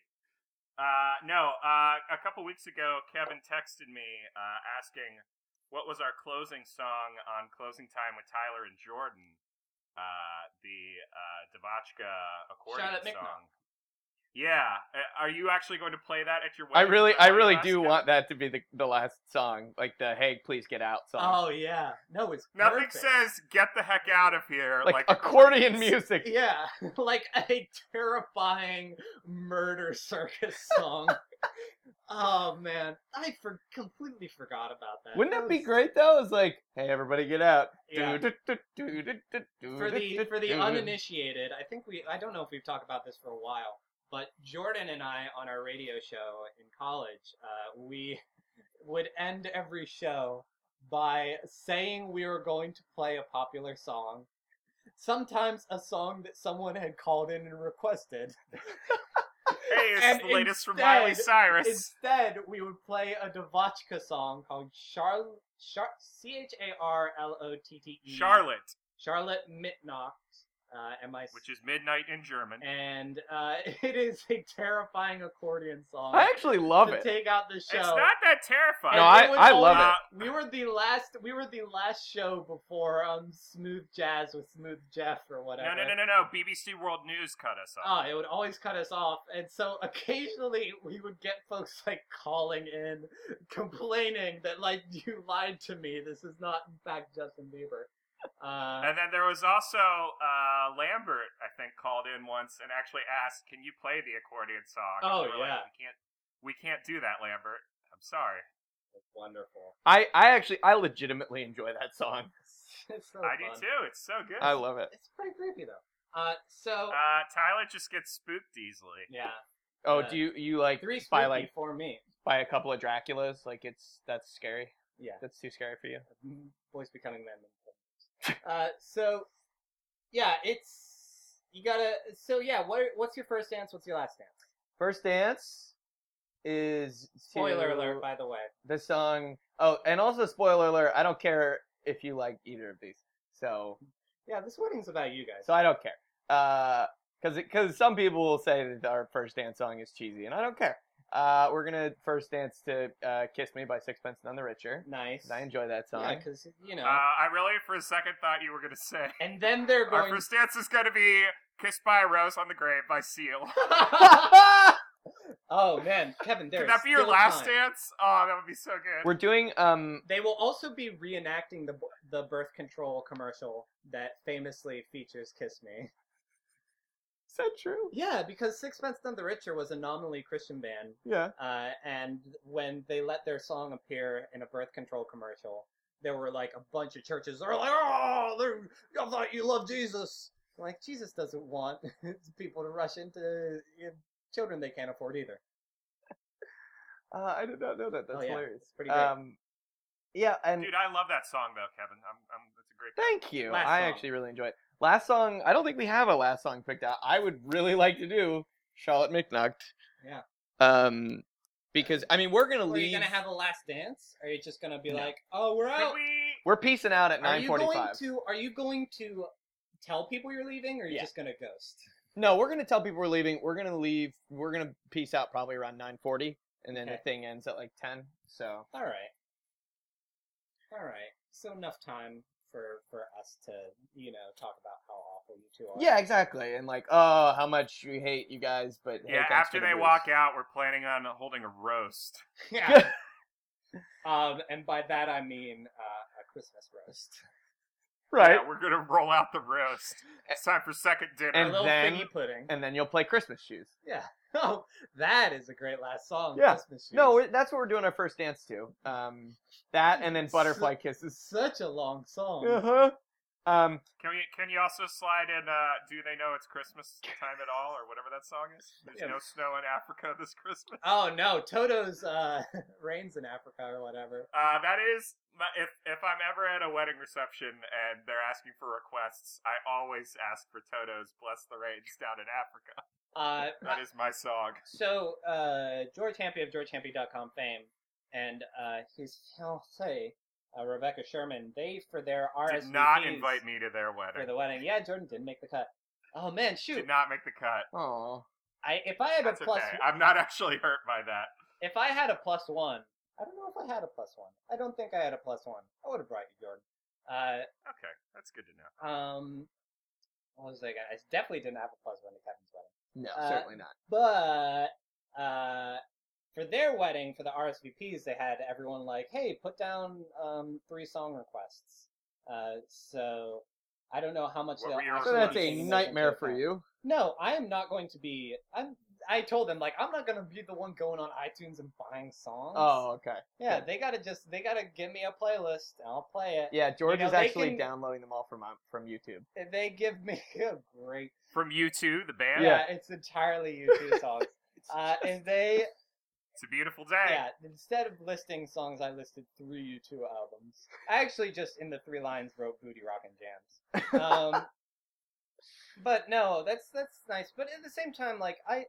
S2: Uh, no. Uh, a couple weeks ago, Kevin texted me uh, asking what was our closing song on closing time with Tyler and Jordan, uh, the uh, Devotchka accordion
S1: Shout at Nick
S2: song. Yeah, Uh, are you actually going to play that at your
S3: I
S2: wedding?
S3: really,
S2: Is that
S3: I
S2: why you
S3: really
S2: asked
S3: do
S2: Kevin?
S3: want that to be the, the last song, like the "Hey, please get out" song,
S1: Oh yeah, no, it's
S2: Nothing
S1: perfect.
S2: says "get the heck out of here"
S3: like,
S2: like,
S3: accordion
S2: accordions.
S3: music.
S1: Oh, Yeah, like a terrifying murder circus song. oh man, I for- completely forgot about that.
S3: Wouldn't
S1: that
S3: that be
S1: was-
S3: great though? It's like, "Hey, everybody, get out."
S1: Yeah. for
S3: For
S1: the for the uninitiated, I think we I don't know if we've talked about this for a while, but Jordan and I on our radio show in college, uh, we would end every show by saying we were going to play a popular song. Sometimes a song that someone had called in and requested.
S2: Hey, this is
S1: And
S2: the latest from
S1: instead-
S2: Miley Cyrus.
S1: Instead, we would play a Devotchka song called Charl- Char- C-H-A-R-L-O-T-T-E.
S2: Charlotte,
S1: Charlotte Mitnock, uh, M-I-
S2: which is midnight in German.
S1: and uh, it is a terrifying accordion song.
S3: I actually love
S1: to
S3: it.
S1: take out the show.
S2: It's not that terrifying.
S3: No,
S1: And
S3: I-
S1: it was
S3: love
S1: all-
S2: it.
S1: We were the last. We were the last show before um, Smooth Jazz with Smooth Jeff or whatever.
S2: No, no, no, no, no. BBC World News cut us off.
S1: Oh, it would always cut us off, and so occasionally we would get folks like calling in, complaining that like you lied to me. This is not in fact Justin Bieber. Uh,
S2: and then there was also uh, Lambert, I think, called in once and actually asked, "Can you play the accordion song?" And
S1: Oh,
S2: we were like,
S1: yeah.
S2: we can't. We can't do that, Lambert. I'm sorry.
S1: wonderful.
S3: I, I actually, I legitimately enjoy that song.
S1: It's so
S2: I do
S1: fun.
S2: too. It's so good.
S3: I love it.
S1: It's pretty creepy though. Uh, so
S2: uh, Tyler just gets spooked easily.
S1: yeah.
S3: Oh,
S1: Uh,
S3: do you you like
S1: Three
S3: buy
S1: spooky
S3: like
S1: for me.
S3: buy a couple of Draculas? Like it's that's scary.
S1: Yeah.
S3: That's too scary for you.
S1: Boys becoming men. uh, so, yeah, it's You gotta. So yeah, what what's your first dance? What's your last dance?
S3: First dance is to
S1: Spoiler alert, by the way.
S3: The song. Oh, and also spoiler alert. I don't care if you like either of these. So
S1: Yeah, this wedding's about you guys.
S3: so I don't care. Uh, cause it- cause some people will say that our first dance song is cheesy, and I don't care. Uh, we're gonna first dance to uh, "Kiss Me" by Sixpence None the Richer.
S1: nice.
S3: I enjoy that song.
S1: Yeah, because you know.
S2: Uh, I really, for a second, thought you were going to say
S1: and then they're
S2: our
S1: going.
S2: first dance is going to be "Kissed by a Rose on the Grave" by Seal.
S1: oh man, Kevin, there's
S2: Could that be your
S1: still
S2: last
S1: time.
S2: dance? Oh, that would be so good.
S3: we're doing um
S1: They will also be reenacting the the birth control commercial that famously features "Kiss Me."
S3: Is that true?
S1: Yeah, because Sixpence None the Richer was a nominally Christian band,
S3: Yeah.
S1: uh, and when they let their song appear in a birth control commercial, there were like a bunch of churches that were like, "Oh, they're- I thought you loved Jesus." I'm like Jesus doesn't want people to rush into you know, children they can't afford either.
S3: Uh, I did not know that. That's
S1: Oh, yeah.
S3: hilarious.
S1: It's pretty great.
S3: Um, yeah, and
S2: Dude, I love that song though, Kevin. I'm, I'm, that's a great.
S3: thank you.
S1: Last
S3: I
S1: song.
S3: actually really enjoyed. it. Last song. I don't think we have a last song picked out. I would really like to do Charlotte McNucht.
S1: Yeah.
S3: Um, because I mean we're gonna
S1: Are
S3: leave.
S1: you gonna have a last dance? Or are you just gonna be
S3: No.
S1: like, "Oh, we're
S2: Could
S1: out"?
S2: we?
S3: We're piecing out at
S1: Are you
S3: nine
S1: going
S3: forty-five.
S1: to? Are you going to tell people you're leaving, or are you
S3: Yeah.
S1: just gonna ghost?
S3: No, we're gonna tell people we're leaving. We're gonna leave. We're gonna piece out probably around nine forty, and then
S1: Okay.
S3: the thing ends at like ten. So
S1: All right. All right. So enough time for for us to you know talk about how awful you two are.
S3: yeah, exactly. And like, oh, how much we hate you guys, but hey,
S2: Yeah,
S3: thanks
S2: after
S3: for the
S2: they
S3: booze.
S2: walk out, we're planning on holding a roast.
S1: Yeah. um, and by that I mean uh, a Christmas roast.
S3: right,
S2: Yeah, we're gonna roll out the roast. It's time for second dinner.
S1: a
S3: And
S1: little
S3: then-
S1: figgy pudding.
S3: and then you'll play Christmas shoes.
S1: oh, that is a great last song.
S3: Yeah.
S1: Christmas shoes.
S3: No, it- that's what we're doing our first dance to. Um, that and then butterfly
S1: it's
S3: kisses.
S1: such a long song.
S3: Uh huh. Um,
S2: Can we? Can you also slide in? Uh, Do they know it's Christmas time at all, or whatever that song is? There's
S1: Yeah.
S2: no snow in Africa this Christmas.
S1: Oh no, Toto's uh, "Rains in Africa" or whatever.
S2: Uh, that is. my- If if I'm ever at a wedding reception and they're asking for requests, I always ask for Toto's "Bless the Rains" down in Africa.
S1: Uh,
S2: That is my song.
S1: So, uh, George Hampy of GeorgeHampy.com fame and uh, his fiancée, uh, Rebecca Sherman, they, for their RSVPs
S2: Did not invite me to their
S1: for
S2: wedding.
S1: the wedding. Yeah, Jordan didn't make the cut. Oh, man, shoot.
S2: Did not make the cut.
S3: oh,
S1: I, if I had a
S2: That's
S1: plus,
S2: okay. I'm not actually hurt by that.
S1: if I had a plus one, I don't know if I had a plus one. I don't think I had a plus one. I would have brought you, Jordan. Uh,
S2: Okay, that's good to know.
S1: um, what was I gonna- I definitely didn't have a plus one to Kevin's wedding.
S3: no,
S1: Uh,
S3: certainly not.
S1: But uh, for their wedding, for the RSVPs, they had everyone like, "Hey, put down um, three song requests." Uh, so I don't know how much
S2: What
S1: they'll
S2: were your
S1: actually
S3: So that's
S1: take
S3: a
S1: those into
S3: nightmare for
S1: account.
S3: you.
S1: No, I am not going to be. I'm. I told them like I'm not going to be the one going on iTunes and buying songs.
S3: Oh, okay.
S1: yeah,
S3: good.
S1: they gotta just they gotta give me a playlist and I'll play it.
S3: Yeah, George
S1: know,
S3: is
S1: they
S3: actually
S1: can-
S3: downloading them all from uh, from YouTube.
S1: And They give me a great
S2: From you two, the band.
S1: yeah. It's entirely YouTube songs. uh, and they
S2: It's a beautiful day.
S1: Yeah, instead of listing songs, I listed three U2 albums. I actually just, in the three lines, wrote Booty Rockin' Jams. Um, but no, that's that's nice. But at the same time, like, I.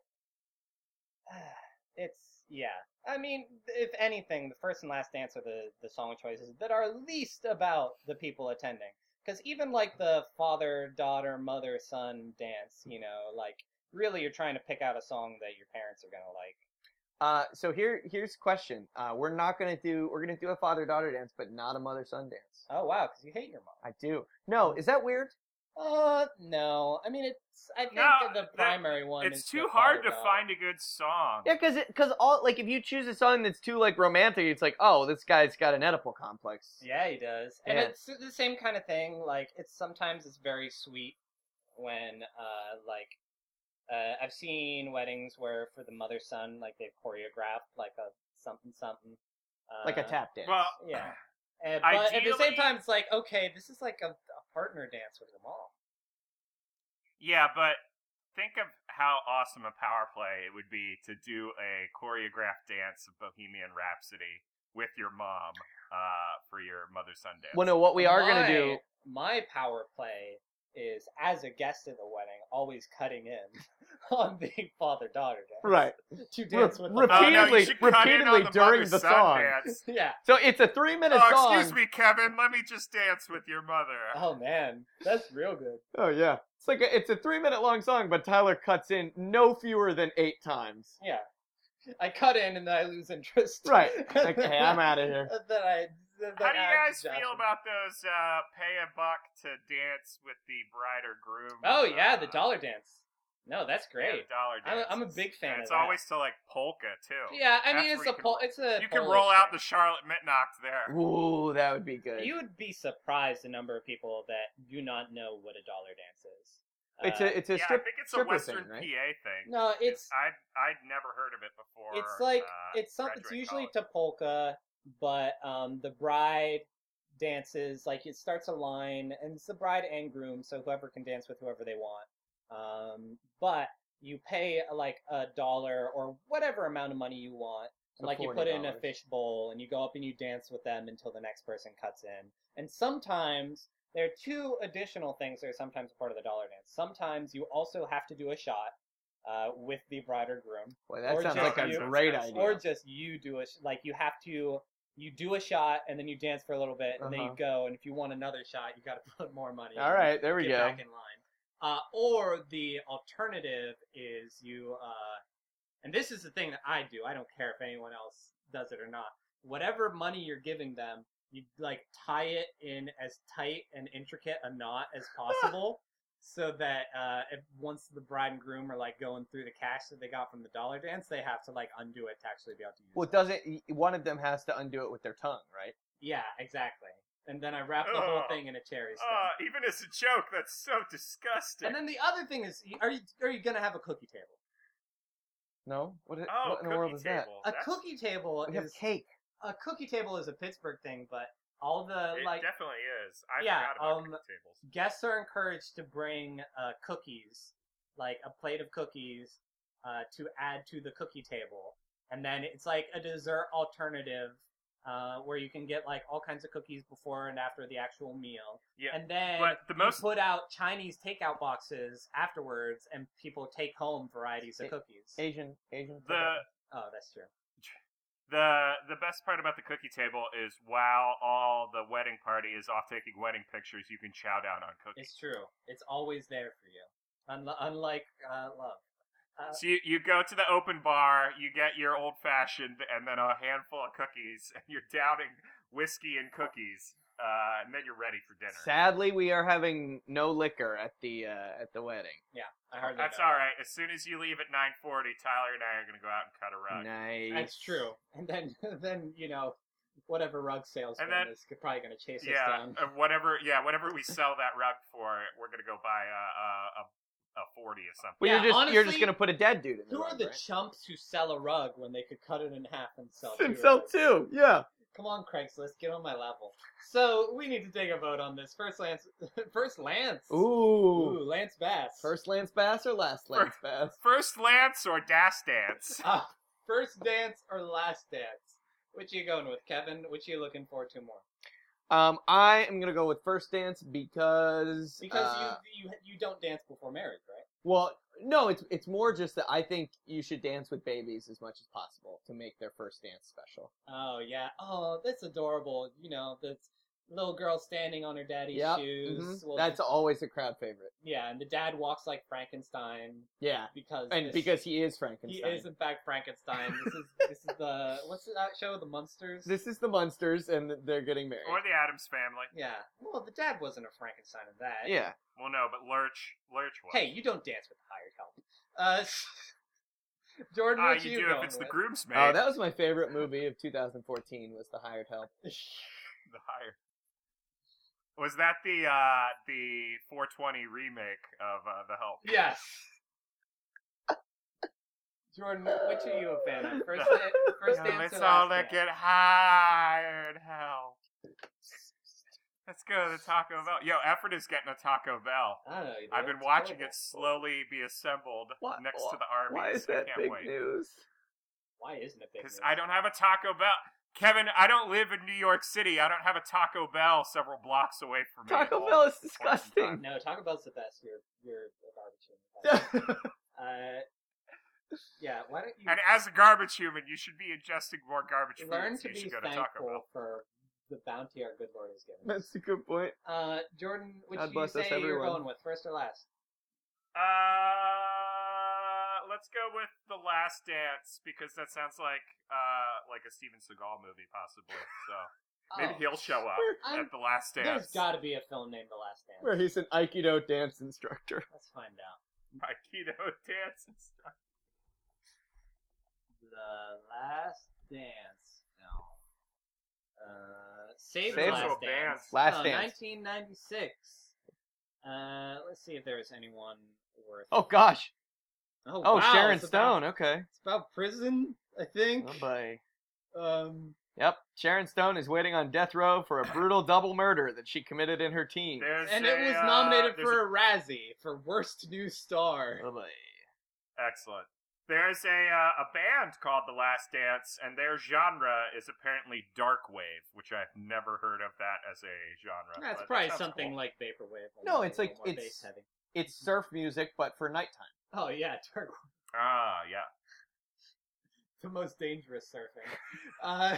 S1: It's. Yeah. I mean, if anything, the first and last dance are the, the song choices that are least about the people attending. Because even, like, the father, daughter, mother, son dance, you know, like, really you're trying to pick out a song that your parents are going to like.
S3: Uh, so here here's a question. Uh, we're not gonna do we're gonna do a father daughter dance, but not a mother son dance.
S1: Oh, wow, because you hate your mom.
S3: I do. No, is that weird?
S1: Uh, no. I mean, it's. I think
S2: No,
S1: that the
S2: that-
S1: primary one.
S2: It's
S1: is
S2: too
S1: the
S2: hard
S1: Father
S2: to
S1: Dog.
S2: find a good song.
S3: Yeah, cause it, cause all like if you choose a song that's too like romantic, it's like oh this guy's got an Oedipal complex.
S1: Yeah, he does, and
S3: Yeah.
S1: it's the same kind of thing. Like, it's sometimes it's very sweet when, uh, like, uh, I've seen weddings where for the mother son, like they've choreographed like a something something, uh,
S3: Like a tap dance.
S2: Well,
S1: Yeah. Uh, but at the same
S2: Ideally-
S1: time, it's like okay, this is like a, a partner dance with your mom.
S2: yeah, but think of how awesome a power play it would be to do a choreographed dance of Bohemian Rhapsody with your mom uh, for your mother son dance.
S3: Well, no, what we are
S1: my,
S3: gonna do.
S1: My power play is as a guest at the wedding, always cutting in on the father daughter dance.
S3: Right.
S1: To dance with the
S3: repeat-
S2: Oh, no,
S1: father.
S2: you
S3: Repeatedly-
S2: should cut in on
S3: repeatedly
S2: the
S3: during
S2: mother
S3: the
S2: son
S3: song.
S2: Dance.
S1: Yeah.
S3: So it's a three minute
S2: Oh,
S3: song.
S2: excuse me, Kevin. Let me just dance with your mother.
S1: Oh man, that's real good.
S3: Oh yeah. It's like a, it's a three minute long song, but Tyler cuts in no fewer than eight times.
S1: Yeah. I cut in and then I lose interest.
S3: Right. Like, hey, I'm out of here.
S1: And then I. then
S2: How do you
S1: I
S2: guys
S1: jump.
S2: feel about those uh, pay a buck to dance with the bride or groom?
S1: Oh yeah,
S2: uh,
S1: the dollar dance. No, that's
S2: yeah,
S1: great.
S2: the dollar
S1: I'm a- I'm a
S2: dances.
S1: big fan of
S2: And it's
S1: that.
S2: always to like polka too.
S1: Yeah, I mean it's
S2: That's where
S1: a
S2: you
S1: pol- it's a
S2: you can
S1: Polish
S2: roll out the
S1: thing.
S2: Charlotte Mittenocks there.
S3: Ooh, that would be good.
S1: You would be surprised the number of people that do not know what a dollar dance is.
S3: it's
S1: Uh,
S3: a it's a
S2: yeah,
S3: strip.
S2: I think it's a
S3: stripper
S2: Western
S3: thing, right?
S2: PA thing.
S1: no, it's
S2: I I'd never heard of it before.
S1: it's like
S2: uh,
S1: it's some, it's
S2: graduate
S1: usually
S2: college.
S1: to polka, but um, the bride dances like it starts a line, and it's the bride and groom, so whoever can dance with whoever they want. Um, but you pay uh, like a dollar or whatever amount of money you want.
S3: So
S1: like you put in a
S3: $40.
S1: fish bowl and you go up and you dance with them until the next person cuts in. And sometimes there are two additional things that are sometimes part of the dollar dance. Sometimes you also have to do a shot uh, with the bride or groom
S3: Boy, that
S1: or
S3: sounds
S1: just
S3: like a
S1: you-
S3: great
S2: or
S3: idea.
S1: or just you do a sh- like you have to you do a shot and then you dance for a little bit and then you
S3: Uh-huh.
S1: go and if you want another shot you got to put more money in
S3: All right, there
S1: and
S3: we
S1: get
S3: go.
S1: back in line uh, or the alternative is you uh, and this is the thing that i do i don't care if anyone else does it or not whatever money you're giving them you like tie it in as tight and intricate a knot as possible so that uh, if once the bride and groom are like going through the cash that they got from the dollar dance, they have to like undo it to actually be able to use.
S3: Well,
S1: it.
S3: doesn't one of them has to undo it with their tongue, right?
S1: yeah, exactly. And then I wrap the whole
S2: Ugh.
S1: thing in a cherry stem.
S3: Ah,
S2: Uh, even as a joke, that's so disgusting.
S1: and then the other thing is, are you are you gonna have a cookie table?
S3: No. What, i-
S2: oh,
S3: what in the world
S2: cookie
S3: is that?
S2: table.
S1: A
S2: That's-
S1: cookie table
S3: We have
S1: is
S3: cake.
S1: a cookie table is a Pittsburgh thing, but all the
S2: It
S1: like
S2: definitely is. I
S1: Yeah,
S2: forgot about
S1: um,
S2: cookie tables.
S1: guests are encouraged to bring uh, cookies, like a plate of cookies, uh, to add to the cookie table, and then it's like a dessert alternative uh, where you can get like all kinds of cookies before and after the actual meal,
S2: Yeah,
S1: and then
S2: but the
S1: you
S2: most-
S1: put out Chinese takeout boxes afterwards, and people take home varieties of
S3: It-
S1: cookies.
S3: Asian, Asian.
S2: The
S1: oh, that's true.
S2: the the best part about the cookie table is while all the wedding party is off taking wedding pictures, you can chow down on cookies.
S1: It's true. It's always there for you, Unl- unlike uh, love. Uh,
S2: So you, you go to the open bar, you get your old fashioned, and then a handful of cookies, and you're downing whiskey and cookies, uh, and then you're ready for dinner.
S3: Sadly, we are having no liquor at the uh, at the wedding.
S1: I hardly
S2: Oh, That's
S1: know.
S2: all right. As soon as you leave at 9:40, Tyler and I are going to go out and cut a rug.
S3: Nice.
S1: That's true. And then, then you know, whatever rug salesman
S2: And then-
S1: is probably going to chase us
S2: Yeah,
S1: down.
S2: uh, whatever. Yeah, whatever we sell that rug for, we're going to go buy a a, a, a 40 or something.
S3: Well,
S1: Yeah,
S3: you're just you're just
S1: honestly,
S3: gonna put a dead dude in the
S1: Who are
S3: rug,
S1: the
S3: right?
S1: chumps who sell a rug when they could cut it in half and sell two
S3: himself
S1: rugs?
S3: too. Yeah.
S1: Come on, Craigslist, get on my level. So we need to take a vote on this. First, Lance. First, Lance.
S3: Ooh.
S1: Ooh, Lance Bass.
S3: First Lance Bass or last Lance Bass?
S2: First Lance or Das Dance?
S1: Ah, first dance or last dance? Which you going with, Kevin? Which you looking forward to more?
S3: Um, I am gonna go with first dance because
S1: Because
S3: uh,
S1: you you you don't dance before marriage, right?
S3: well, no, it's it's more just that I think you should dance with babies as much as possible to make their first dance special.
S1: Oh yeah. Oh, that's adorable. You know, the little girl standing on her daddy's
S3: Yep,
S1: shoes.
S3: Mhm.
S1: Well,
S3: That's always a crowd favorite.
S1: yeah, and the dad walks like Frankenstein
S3: Yeah,
S1: because
S3: and
S1: this-
S3: because he is
S1: he
S3: Frankenstein.
S1: is in fact Frankenstein. This is this is the what's that show? The Munsters.
S3: This is the Munsters, and they're getting married.
S2: Or the Adams Family?
S1: yeah. Well, the dad wasn't a Frankenstein in that.
S3: yeah,
S2: Well, no, but Lurch, Lurch was.
S1: Hey, you don't dance with hired help. Uh, Jordan,
S2: Ah,
S1: what
S2: you do
S1: going
S2: if it's
S1: with?
S2: the groomsmaid.
S3: oh, that was my favorite movie of 2014 was The Hired Help.
S2: the higher. Was that the uh, the 420 remake of uh, The Help?
S1: Yes. Jordan, which are you a fan of? First, da- first
S2: Come,
S1: dance
S2: Let's
S1: or
S2: all
S1: last
S2: look
S1: dance?
S2: at hired help. Let's go to Taco Bell. Yo, Effort is getting a Taco Bell.
S1: I don't know. dude.
S2: I've been
S1: It's
S2: watching
S1: horrible.
S2: it slowly be assembled
S3: Why-
S2: next to the Arby's. I can't wait.
S3: news?
S1: Why isn't it big?
S2: because
S1: news?
S2: I don't have a Taco Bell. Kevin, I don't live in New York City. I don't have a Taco Bell several blocks away from me. at
S3: Taco
S2: all
S3: Bell is
S2: points in time.
S3: disgusting.
S1: No, Taco Bell's the best. You're you're a garbage human. uh, yeah, why don't you
S2: And as a garbage human, you should be ingesting more garbage
S1: learn
S2: foods.
S1: to
S2: you
S1: be
S2: should go to Taco Bell.
S1: thankful for the bounty our good Lord has given? us.
S3: That's a good point.
S1: Uh, Jordan, which
S3: God
S1: do you
S3: bless us,
S1: say you're
S3: everyone.
S1: going with, first or last?
S2: Uh, let's go with the Last Dance because that sounds like uh like a Steven Seagal movie possibly. So maybe
S1: Oh,
S2: he'll show up
S1: I'm-
S2: at the Last
S1: There's
S2: Dance.
S1: got to be a film named The Last Dance.
S3: Where he's an Aikido dance instructor.
S1: Let's find out.
S2: Aikido dance and stuff.
S1: The Last Dance. No. Uh, Save,
S3: Save
S1: the Last
S3: the
S1: Dance.
S2: Dance.
S3: Last
S1: Oh,
S3: Dance.
S1: 1996. Uh, let's see if there is anyone worth.
S3: Oh gosh.
S1: oh,
S3: Oh,
S1: wow,
S3: Sharon
S1: it's about-
S3: Stone. Okay.
S4: It's about prison, I think.
S3: Oh, boy.
S4: Um,
S3: Yep. Sharon Stone is waiting on death row for a brutal double murder that she committed in her teens.
S2: There's
S4: and
S2: a,
S4: it was
S2: uh,
S4: nominated
S2: there's
S4: for a Razzie for worst new star.
S3: Oh, boy.
S2: Excellent. There's a uh, a band called The Last Dance, and their genre is apparently dark wave, which I've never heard of that as a genre.
S1: That's
S2: but that
S1: probably
S2: sounds
S1: something
S2: cool.
S1: like vaporwave. a
S3: No,
S1: little-
S3: it's
S1: a
S3: like-
S1: little more
S3: it's-
S1: bass heavy.
S3: It's surf music, but for nighttime.
S1: Oh yeah, dark,
S2: ah yeah.
S1: the most dangerous surfing. Uh,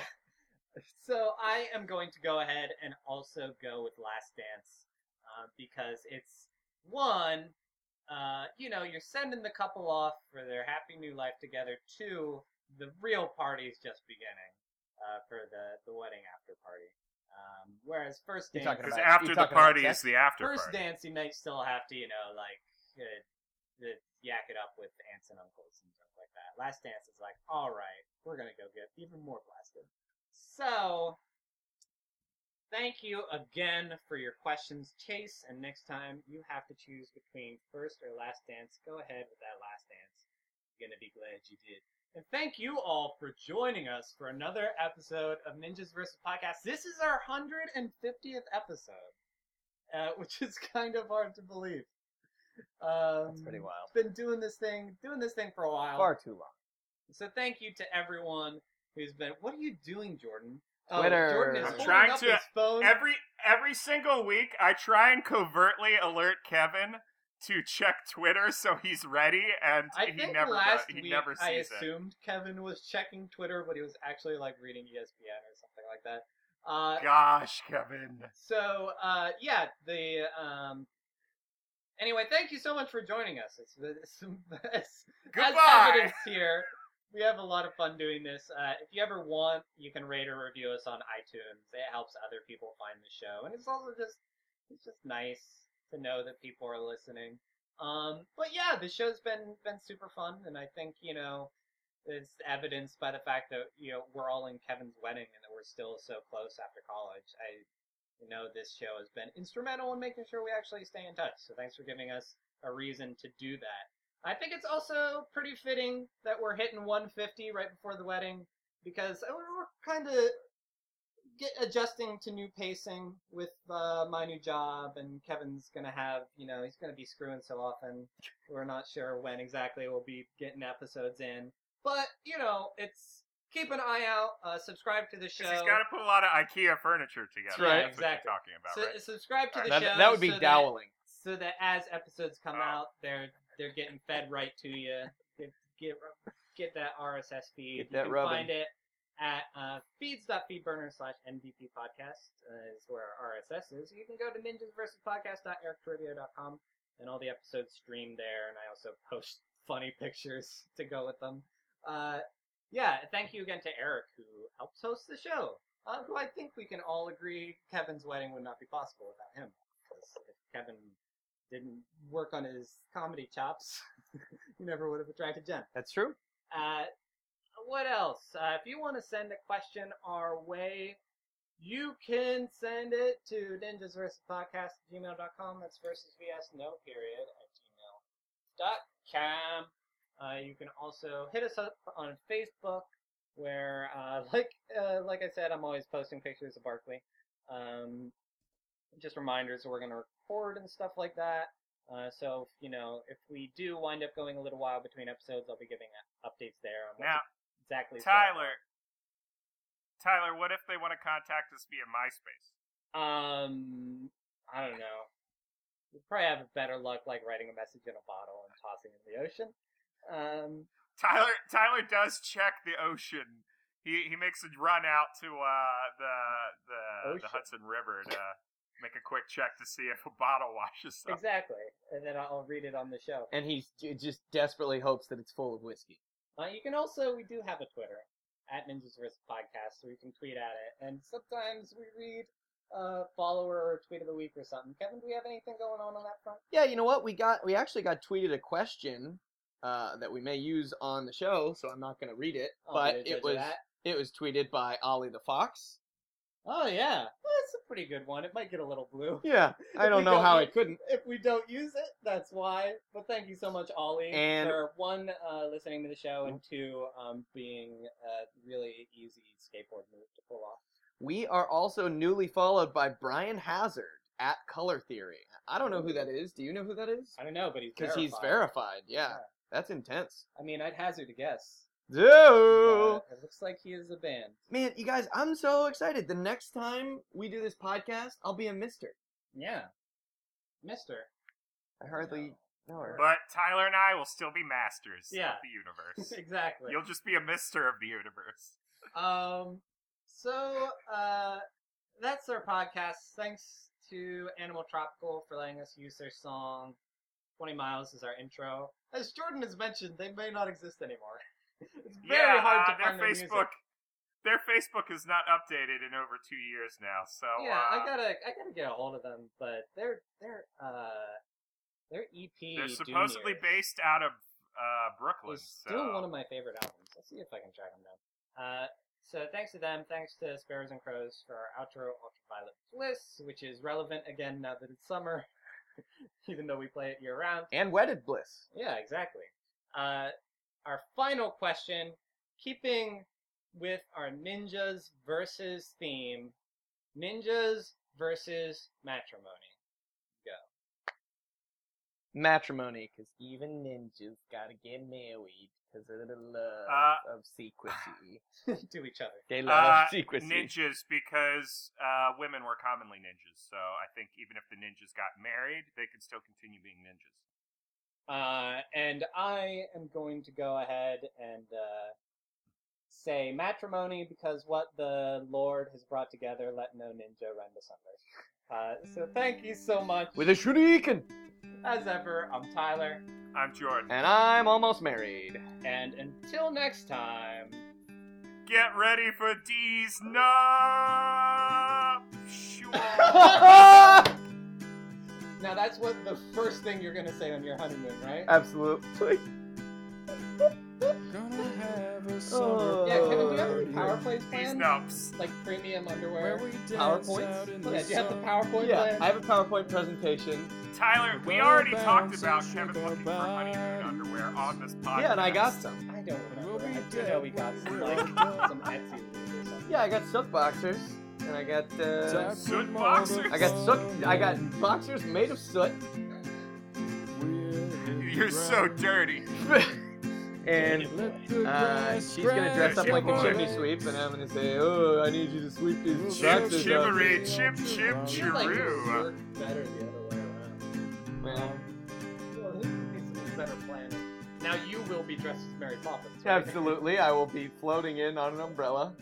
S1: so I am going to go ahead and also go with Last Dance uh, because it's one, uh, you know, you're sending the couple off for their happy new life together. Two, the real party's just beginning uh, for the the wedding after party. Um, whereas first
S3: You're
S1: dance,
S3: talking
S2: Because
S3: about-
S2: after
S3: you're
S2: the
S3: talking about
S2: party is
S3: sex?
S2: the after
S1: first
S2: party.
S1: dance, you may still have to, you know, like uh, the yak it up with aunts and uncles and stuff like that. Last dance is like, all right, we're gonna go get even more blasted. So, thank you again for your questions, Chase. And next time you have to choose between first or last dance, go ahead with that last dance. You're gonna be glad you did. And thank you all for joining us for another episode of Ninjas vs. Podcast. This is our 150th episode, uh, which is kind of hard to believe. Um,
S3: That's pretty wild.
S1: Been doing this thing, doing this thing for a while.
S3: Far too long.
S1: So thank you to everyone who's been. What are you doing, Jordan?
S3: Twitter.
S4: Oh, Jordan is
S2: I'm
S4: holding
S2: trying
S4: up
S2: to-
S4: his phone.
S2: Every every single week, I try and covertly alert Kevin to check Twitter so he's ready, and
S1: I
S2: he
S1: think
S2: never
S1: last
S2: does, he
S1: week
S2: never
S1: I
S2: sees it.
S1: assumed Kevin was checking Twitter, but he was actually like reading E ESPN or something like that. Uh,
S2: Gosh, Kevin.
S1: so uh, yeah, the um. Anyway, thank you so much for joining us. It's, it's, it's As
S2: Goodbye.
S1: evidence here, we have a lot of fun doing this. Uh, if you ever want, you can rate or review us on iTunes. It helps other people find the show, and it's also just it's just nice to know that people are listening. Um, but yeah, the show's been been super fun, and I think you know it's evidenced by the fact that you know we're all in Kevin's wedding and that we're still so close after college. I you know this show has been instrumental in making sure we actually stay in touch. So thanks for giving us a reason to do that. I think it's also pretty fitting that we're hitting 150 right before the wedding because we're kind of get adjusting to new pacing with uh, my new job and Kevin's gonna have you know he's gonna be screwing so often we're not sure when exactly we'll be getting episodes in but you know it's keep an eye out uh, subscribe to the
S2: 'Cause
S1: show
S2: He's got to put a lot of IKEA furniture together.
S3: That's
S2: That's
S3: right.
S2: what you're
S1: Exactly.
S2: talking about,
S1: Su-
S2: right?
S1: subscribe to the
S3: Uh, That,
S1: show
S3: that would be
S1: so that-
S3: doweling.
S1: so that as episodes come
S2: Oh.
S1: out, they're they're getting fed right to you. Get get, get that RSS feed.
S3: Get
S1: you
S3: that
S1: can
S3: rubbing.
S1: find it at uh, feeds.feedburner slash MVP podcast uh, is where our RSS is. You can go to ninjas versus podcast.erictordio.com and all the episodes stream there. And I also post funny pictures to go with them. Uh, yeah, thank you again to Eric who helps host the show. Uh, who I think we can all agree Kevin's wedding would not be possible without him. Because if Kevin didn't work on his comedy chops, he never would have attracted Jen.
S3: That's true.
S1: Uh, what else? Uh, if you want to send a question our way, you can send it to ninjas versus podcast at gmail.com. That's versus vs no period at gmail.com. Uh, you can also hit us up on Facebook, where uh, like uh, like I said, I'm always posting pictures of Barkley. Um, just reminders that we're gonna record and stuff like that. Uh, so you know, if we do wind up going a little while between episodes, I'll be giving uh, updates there on what's
S2: Now,
S1: exactly. so.
S2: Tyler. Tyler, what if they want to contact us via MySpace?
S1: Um, I don't know. You probably have better luck like writing a message in a bottle and tossing it in the ocean. Um,
S2: Tyler Tyler does check the ocean. He he makes a run out to uh the the, the
S1: Ocean.
S2: Hudson River to make a quick check to see if a bottle washes up.
S1: exactly, and then I'll read it on the show.
S3: and he j- just desperately hopes that it's full of whiskey.
S1: Uh, you can also, we do have a Twitter at Ninjas Risk Podcast, so you can tweet at it. And sometimes we read uh, follower or tweet of the week or something. Kevin, do we have anything going on on that front?
S3: Yeah, you know what? We got we actually got tweeted a question uh, that we may use on the show, so I'm not going to read it.
S1: Oh,
S3: but
S1: there's-
S3: it
S1: there's
S3: was
S1: that.
S3: it was tweeted by Ollie the Fox.
S1: Oh yeah, Well, that's a pretty good one. It might get a little blue.
S3: Yeah, I
S1: If
S3: don't
S1: we
S3: know
S1: don't
S3: how
S1: use-
S3: it couldn't.
S1: If we don't use it, that's why. But thank you so much, Ollie,
S3: And- Mm-hmm.
S1: for one uh, listening to the show and two um, being a really easy skateboard move to pull off.
S3: We are also newly followed by Brian Hazard at Color Theory. I don't know who that is. Do you know who that is?
S1: I don't know, but he's
S3: Because he's verified. Yeah, that's intense.
S1: I mean, I'd hazard a guess.
S3: Dude.
S1: but It looks like he is a band.
S3: Man, you guys, I'm so excited. The next time we do this podcast, I'll be a mister.
S1: Yeah. Mister.
S3: I hardly know her.
S2: But Tyler and I will still be masters
S1: Yeah.
S2: of the universe.
S1: exactly.
S2: You'll just be a mister of the universe.
S1: Um, so uh, that's our podcast. Thanks to Animal Tropical for letting us use their song. 20 Miles is our intro. As Jordan has mentioned, they may not exist anymore. It's very
S2: yeah,
S1: hard
S2: uh,
S1: to find
S2: their
S1: their
S2: Facebook.
S1: music.
S2: Their Facebook is not updated in over two years now, so
S1: Yeah, I
S2: uh,
S1: gotta, I gotta get a hold of them. But they're, they're, uh, their E EP.
S2: they're
S1: Dune
S2: supposedly
S1: Years
S2: based out of uh, Brooklyn.
S1: is still
S2: so.
S1: one of my favorite albums. Let's see if I can track them down. Uh, so thanks to them, thanks to Sparrows and Crows for our outro, Ultraviolet Bliss, which is relevant again now that it's summer, even though we play it year round.
S3: And Wedded Bliss.
S1: Yeah, exactly. Uh, our final question, keeping with our ninjas versus theme, ninjas versus matrimony.
S3: Matrimony, because even ninjas gotta get married because of the love
S2: Uh, ah.
S3: of secrecy.
S1: to each other.
S3: They love
S2: uh,
S3: secrecy.
S2: ninjas because uh, women were commonly ninjas. So I think even if the ninjas got married, they could still continue being ninjas.
S1: Uh, and I am going to go ahead and uh, say matrimony because what the Lord has brought together, let no ninja run asunder. Uh, so thank you so much.
S3: With a shuriken!
S1: As ever, I'm Tyler,
S2: I'm Jordan.
S3: And I'm almost married.
S1: and until next time.
S2: Get ready for these nuptials.
S1: Now that's what the first thing you're gonna say on your honeymoon, right?
S3: Absolutely.
S5: Gonna have
S3: Oh.
S5: a summer
S1: yeah, Kevin, do you have any
S5: party
S1: power plays
S2: These
S1: planned?
S2: nups.
S1: Like premium
S5: where
S1: underwear?
S5: we dance
S3: PowerPoints?
S5: out in
S1: yeah,
S5: the
S1: do you have the
S5: sun.
S1: PowerPoint
S3: Yeah,
S1: plan?
S3: I have a PowerPoint presentation.
S2: Tyler, we
S5: Go
S2: already
S5: bounce
S2: talked
S5: and
S2: about
S5: shake
S2: Kevin
S5: your
S2: looking for honeymoon
S5: body.
S2: underwear on this podcast.
S3: Yeah, and I got some.
S1: I don't
S5: And we'll
S1: remember.
S5: be
S1: I do
S5: dead
S1: know we got
S5: when
S1: some
S5: we're
S1: like
S5: done.
S1: some Etsy loot or something.
S3: Yeah, I got soot boxers, and I got uh,
S2: Soot boxers.
S3: I got soot. I got boxers made of soot,
S2: You're so dirty.
S3: and uh, she's gonna dress up like a
S2: boy.
S3: chimney sweep, and I'm gonna say, "Oh, I need you to sweep these
S2: Chim
S3: boxers up."
S2: chivery, chim chim
S1: It seems like it
S2: chiroo.
S1: worked better the other way around.
S3: Well,
S1: Well, this is better planning. Now you will be dressed as Mary Poppins. right?
S3: absolutely, I will be floating in on an umbrella.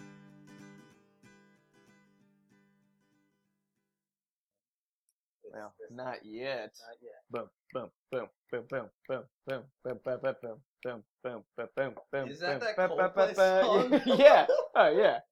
S1: It's-
S3: Well,
S1: it's not
S3: not yet.
S1: yet.
S3: Boom, boom, boom, boom, boom, boom, boom, boom, boom, boom, boom, boom, boom, boom, boom, boom.
S1: Is that that
S3: boom, boom,
S1: Coldplay
S3: boom, boom.
S1: song?
S3: Yeah. Oh yeah.